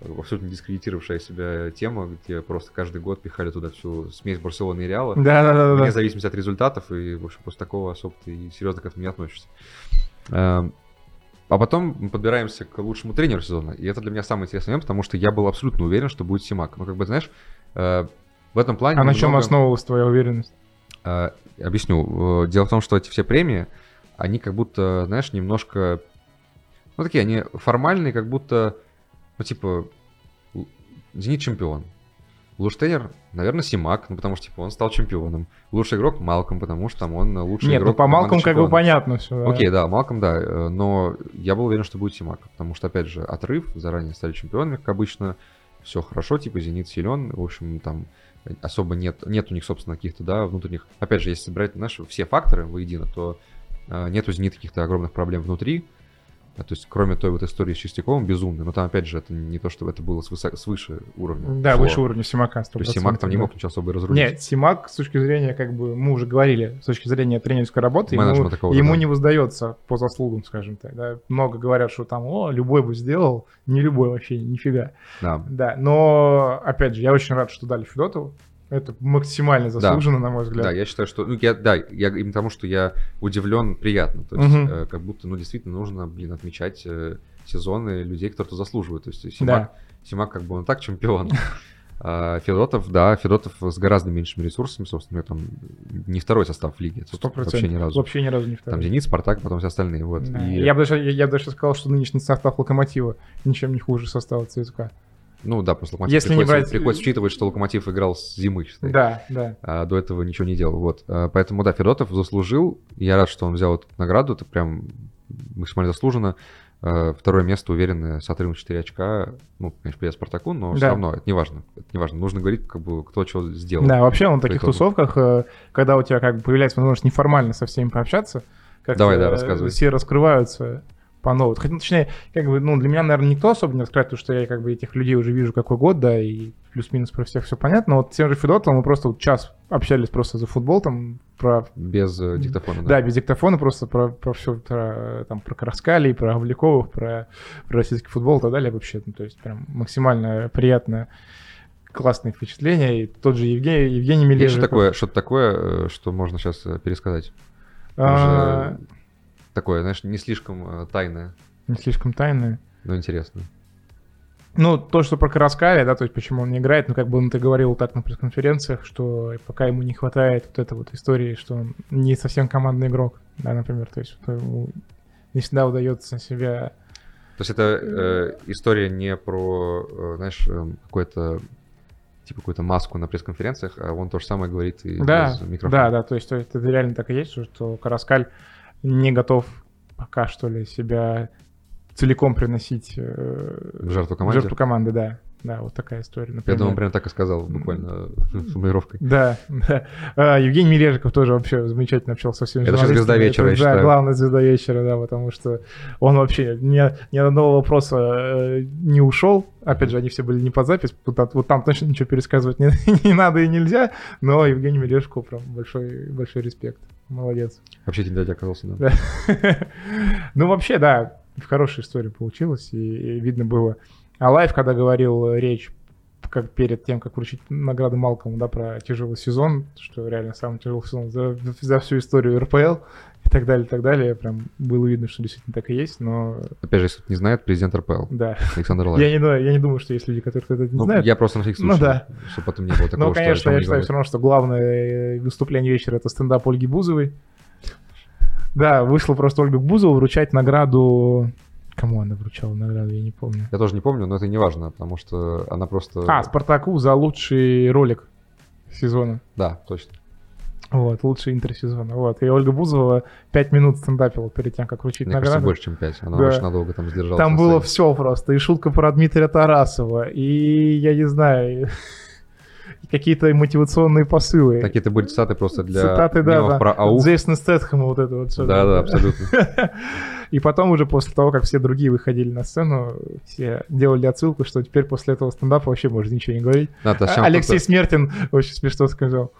Speaker 1: э, абсолютно дискредитировавшая себя тема, где просто каждый год пихали туда всю смесь Барселоны и Реала,
Speaker 2: Да, да, да, да,
Speaker 1: вне
Speaker 2: да.
Speaker 1: зависимости от результатов, и, в общем, после такого особо ты и серьезно к этому не относишься. Эм, А потом мы подбираемся к лучшему тренеру сезона, и это для меня самый интересный момент, потому что я был абсолютно уверен, что будет Симак. Ну, как бы, знаешь, э, в этом плане...
Speaker 2: А на чем
Speaker 1: немного-
Speaker 2: основывалась твоя уверенность?
Speaker 1: а, Объясню. Э, Дело в том, что эти все премии, они как будто, знаешь, немножко... Ну, такие они формальные, как будто, ну, типа, л- Зенит чемпион. Лучший тренер, наверное, Симак, ну, потому что, типа, он стал чемпионом. Лучший игрок Малком, потому что там он э, лучший
Speaker 2: Нет,
Speaker 1: игрок.
Speaker 2: ну по Малкому
Speaker 1: команды
Speaker 2: как бы
Speaker 1: чемпиона.
Speaker 2: понятно все.
Speaker 1: Окей, да, Малком, да, э, но я был уверен, что будет Симак, потому что, опять же, отрыв, заранее стали чемпионами, как обычно, все хорошо, типа Зенит силен, в общем, там э, особо нет, нет у них, собственно, каких-то, да, внутренних, опять же, если собирать наши все факторы воедино, то э, нет у Зенита каких-то огромных проблем внутри, А, То есть, кроме той вот истории с Чистяковым, безумной, но там, опять же, это не то, чтобы это было с высо- свыше уровня.
Speaker 2: Да,
Speaker 1: шло.
Speaker 2: выше уровня Симака.
Speaker 1: То есть Симак там не
Speaker 2: 100%,
Speaker 1: мог
Speaker 2: да.
Speaker 1: ничего особо и разрулить.
Speaker 2: Нет, Симак, с точки зрения, как бы, мы уже говорили, с точки зрения тренерской работы, ему,
Speaker 1: Менеджмента такого,
Speaker 2: ему
Speaker 1: да.
Speaker 2: не воздается по заслугам, скажем так. да. Много говорят, что там, о, любой бы сделал, не любой вообще, нифига.
Speaker 1: Да.
Speaker 2: Да, но, опять же, я очень рад, что дали Федотову. Это максимально заслуженно, на мой взгляд.
Speaker 1: Да, я считаю, что... Ну, я, да, я именно тому, что я удивлен, приятно. То есть,
Speaker 2: Мгм.
Speaker 1: э, как будто, ну, действительно нужно, блин, отмечать э, сезоны людей, которые это заслуживают. То есть,
Speaker 2: Да.
Speaker 1: Симак, Симак как бы он так чемпион. *laughs* А Федотов, да, Федотов с гораздо меньшими ресурсами, собственно, у него там не второй состав лиги,
Speaker 2: Сто
Speaker 1: собственно,
Speaker 2: процентов.
Speaker 1: вообще ни разу.
Speaker 2: Вообще ни разу не
Speaker 1: Там
Speaker 2: второй.
Speaker 1: Зенит, Спартак, потом все остальные, вот.
Speaker 2: Да.
Speaker 1: И,
Speaker 2: Я бы даже, я, я бы даже сказал, что нынешний состав Локомотива ничем не хуже состава ЦСКА.
Speaker 1: Ну да, просто Локомотив
Speaker 2: Если не
Speaker 1: приходится,
Speaker 2: брать- э,
Speaker 1: приходится учитывать, что Локомотив играл с зимы, считай.
Speaker 2: Да, да.
Speaker 1: а до этого ничего не делал. Вот. А, Поэтому, да, Федотов заслужил. Я рад, что он взял эту награду. Это прям максимально заслуженно. А, Второе место уверенно с отрывом 4 очка. Ну, конечно, я Спартаку, но все
Speaker 2: Да.
Speaker 1: равно это не важно. Это не важно. Нужно говорить, как бы, кто что сделал.
Speaker 2: Да, вообще он в
Speaker 1: По
Speaker 2: таких
Speaker 1: итогу.
Speaker 2: тусовках, э, когда у тебя как бы появляется возможность неформально со всеми пообщаться, как э,
Speaker 1: Давай, да, рассказывай.
Speaker 2: все раскрываются по новому. Хотя, ну, точнее, как бы, ну, для меня, наверное, никто особо не раскрывает, потому что я как бы этих людей уже вижу какой год, да, и плюс-минус про всех все понятно. Вот с тем же Федотом мы просто вот час общались просто за футбол, там, про
Speaker 1: Без э, диктофона.
Speaker 2: да, без диктофона просто про, все, про, там, про Краскалий, про Авляковых, про, про российский футбол и так далее вообще. Ну, то есть прям максимально приятно, классные впечатления. И тот же Евгений, Евгений
Speaker 1: Есть
Speaker 2: Милежик.
Speaker 1: что такое, что-то такое, э, что можно сейчас пересказать?
Speaker 2: А,
Speaker 1: Уже Такое, знаешь, не слишком э, тайное,
Speaker 2: Не слишком тайное.
Speaker 1: но интересно.
Speaker 2: Ну, то, что про Краскаля, да, то есть почему он не играет, ну, как бы он ты говорил так на пресс-конференциях, что пока ему не хватает вот этой вот истории, что он не совсем командный игрок, да, например, то есть вот ему не всегда удается себя...
Speaker 1: То есть это э, история не про, э, знаешь, эм, какое-то типа какую-то маску на пресс-конференциях, а он то же самое говорит и
Speaker 2: Да,
Speaker 1: без
Speaker 2: да,
Speaker 1: микрофона.
Speaker 2: да, то есть то есть это реально так и есть, что- что Караскаль не готов пока, что ли, себя целиком приносить э,
Speaker 1: В жертву
Speaker 2: в
Speaker 1: команде.
Speaker 2: жертву команды, да. Да, вот такая история,
Speaker 1: Я
Speaker 2: например.
Speaker 1: думаю, прям так и сказал, буквально э, формулировкой.
Speaker 2: Да, да. А, Евгений Мележиков тоже вообще замечательно общался со всеми
Speaker 1: Это же
Speaker 2: журналистами.
Speaker 1: звезда вечера, я
Speaker 2: Это, да,
Speaker 1: считаю.
Speaker 2: главная звезда вечера, да, потому что он вообще ни, ни одного вопроса э, не ушел. Опять же, они все были не под запись, вот, от- вот там точно ничего пересказывать не, *laughs* не надо и нельзя, но Евгению Мележикову прям большой, большой респект. Молодец.
Speaker 1: Вообще день дядя оказался, да.
Speaker 2: Да. Ну, вообще, да, хорошая история получилась, и, и видно было. А Лайф, когда говорил э, речь как перед тем, как вручить награду Малкому, да, про тяжелый сезон, что реально самый тяжелый сезон за, за всю историю РПЛ и так далее, и так далее, прям было видно, что действительно так и есть, но э,
Speaker 1: Опять же, если кто не знает, президент
Speaker 2: *laughs*
Speaker 1: РПЛ,
Speaker 2: да.
Speaker 1: Александр
Speaker 2: Я
Speaker 1: Лай.
Speaker 2: не, думаю- я не думаю, что есть люди, которые это не знают.
Speaker 1: я просто на всякий
Speaker 2: Ну
Speaker 1: случай,
Speaker 2: да.
Speaker 1: чтобы потом не было такого,
Speaker 2: Но, Ну, конечно,
Speaker 1: что
Speaker 2: я
Speaker 1: о чем
Speaker 2: считаю
Speaker 1: не
Speaker 2: все равно, что главное э, выступление вечера это стендап Ольги Бузовой. Да, вышла просто Ольга Бузова вручать награду. Кому она вручала награду, я не помню.
Speaker 1: говорят. Я тоже не помню, но это не важно, потому что она просто...
Speaker 2: А, Спартаку за лучший ролик сезона.
Speaker 1: Да, точно.
Speaker 2: Вот, лучший интерсезона. Вот. И Ольга Бузова 5 минут стендапила перед тем, как вручить
Speaker 1: Мне кажется,
Speaker 2: награду.
Speaker 1: больше, чем пять. Она
Speaker 2: Да.
Speaker 1: очень надолго там задержалась.
Speaker 2: Там
Speaker 1: на
Speaker 2: было
Speaker 1: сцене.
Speaker 2: все просто. И шутка про Дмитрия Тарасова, и я не знаю, и *laughs* какие-то мотивационные посылы.
Speaker 1: Какие-то были цитаты просто для
Speaker 2: Цитаты, да,
Speaker 1: мемов
Speaker 2: да.
Speaker 1: про АУ.
Speaker 2: Джейсон Стэтхэма вот это вот. всё.
Speaker 1: Да, да, абсолютно.
Speaker 2: *laughs* И потом уже после того, как все другие выходили на сцену, все делали отсылку, что теперь после этого стендапа вообще можно ничего не говорить.
Speaker 1: Да, то есть там
Speaker 2: А- Алексей
Speaker 1: кто-то-
Speaker 2: Смертин очень смешно сказал.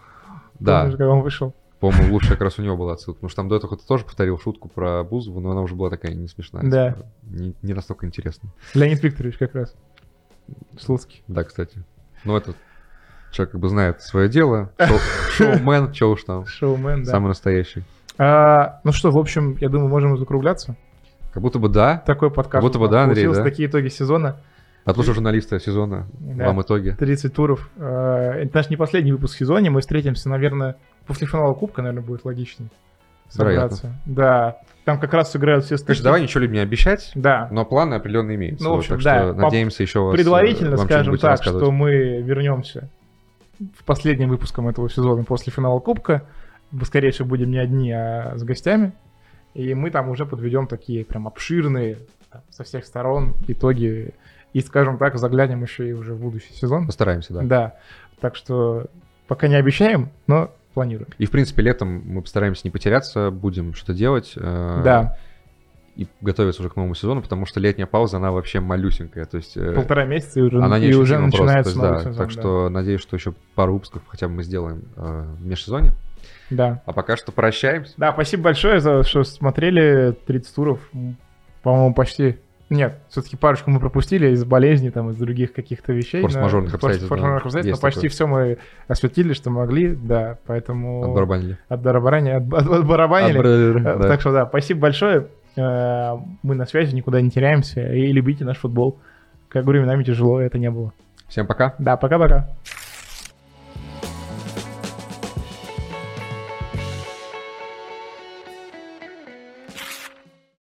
Speaker 1: Да,
Speaker 2: Помнишь, когда он вышел?
Speaker 1: по-моему, лучше как раз у него была отсылка. Потому что там до этого кто-то тоже повторил шутку про Бузову, но она уже была такая не смешная.
Speaker 2: Да.
Speaker 1: типа, Не, не настолько интересная.
Speaker 2: Леонид Викторович как раз. Слуцкий.
Speaker 1: Да, кстати. Но этот человек как бы знает свое дело. Шоу-
Speaker 2: *laughs*
Speaker 1: Шоумен, че уж там.
Speaker 2: Шоумен, да.
Speaker 1: Самый настоящий.
Speaker 2: А, ну что, в общем, я думаю, можем закругляться.
Speaker 1: Как будто бы да.
Speaker 2: Такой подкаст.
Speaker 1: Как будто бы
Speaker 2: у нас
Speaker 1: да, Андрей,
Speaker 2: получился.
Speaker 1: да?
Speaker 2: Такие итоги сезона.
Speaker 1: От лучшего журналиста сезона.
Speaker 2: Да.
Speaker 1: Вам итоги.
Speaker 2: 30 туров. А, Это наш не последний выпуск в сезоне. Мы встретимся, наверное, после финала Кубка, наверное, будет логичнее.
Speaker 1: Вероятно.
Speaker 2: собраться. Да. Там как раз сыграют все
Speaker 1: Конечно, давай ничего людям не обещать,
Speaker 2: Да.
Speaker 1: но планы определенно имеются.
Speaker 2: Ну, в
Speaker 1: Вот,
Speaker 2: общем,
Speaker 1: так
Speaker 2: да,
Speaker 1: что
Speaker 2: по-
Speaker 1: надеемся еще вас, э,
Speaker 2: Предварительно
Speaker 1: вам
Speaker 2: скажем
Speaker 1: что-нибудь
Speaker 2: так,
Speaker 1: рассказывать.
Speaker 2: что мы вернемся в последним выпуском этого сезона после финала Кубка. Мы, скорее всего, будем не одни, а с гостями. И мы там уже подведем такие прям обширные там, со всех сторон итоги. И, скажем так, заглянем еще и уже в будущий сезон.
Speaker 1: Постараемся, да.
Speaker 2: Так что пока не обещаем, но планируем.
Speaker 1: И, в принципе, летом мы постараемся не потеряться, будем что-то делать. э,
Speaker 2: Да.
Speaker 1: и готовятся уже к новому сезону, потому что летняя пауза, она вообще малюсенькая. То есть э,
Speaker 2: Полтора месяца и уже,
Speaker 1: она не
Speaker 2: и
Speaker 1: очень
Speaker 2: уже
Speaker 1: сильно просто,
Speaker 2: начинается
Speaker 1: то есть,
Speaker 2: новый
Speaker 1: да,
Speaker 2: сезон.
Speaker 1: Так
Speaker 2: да.
Speaker 1: что надеюсь, что еще пару выпусков хотя бы мы сделаем э, в межсезоне.
Speaker 2: Да.
Speaker 1: А пока что прощаемся.
Speaker 2: Да, спасибо большое, за что смотрели 30 туров. М, По-моему, почти... Нет, все-таки парочку мы пропустили из болезни, там, из других каких-то вещей. но-
Speaker 1: Форс-мажорных обстоятельств, да,
Speaker 2: Форс-мажорных обстоятельств,
Speaker 1: есть
Speaker 2: но почти
Speaker 1: такое.
Speaker 2: все мы осветили, что могли, да, поэтому...
Speaker 1: Отбарабанили.
Speaker 2: Отбарабанили. отб- отбарабанили.
Speaker 1: Отбра-
Speaker 2: Э,
Speaker 1: да.
Speaker 2: Так что да, спасибо большое. Э, Мы на связи, никуда не теряемся. И любите наш футбол. Как говорю, нам тяжело это не было.
Speaker 1: Всем пока.
Speaker 2: Да, пока-пока.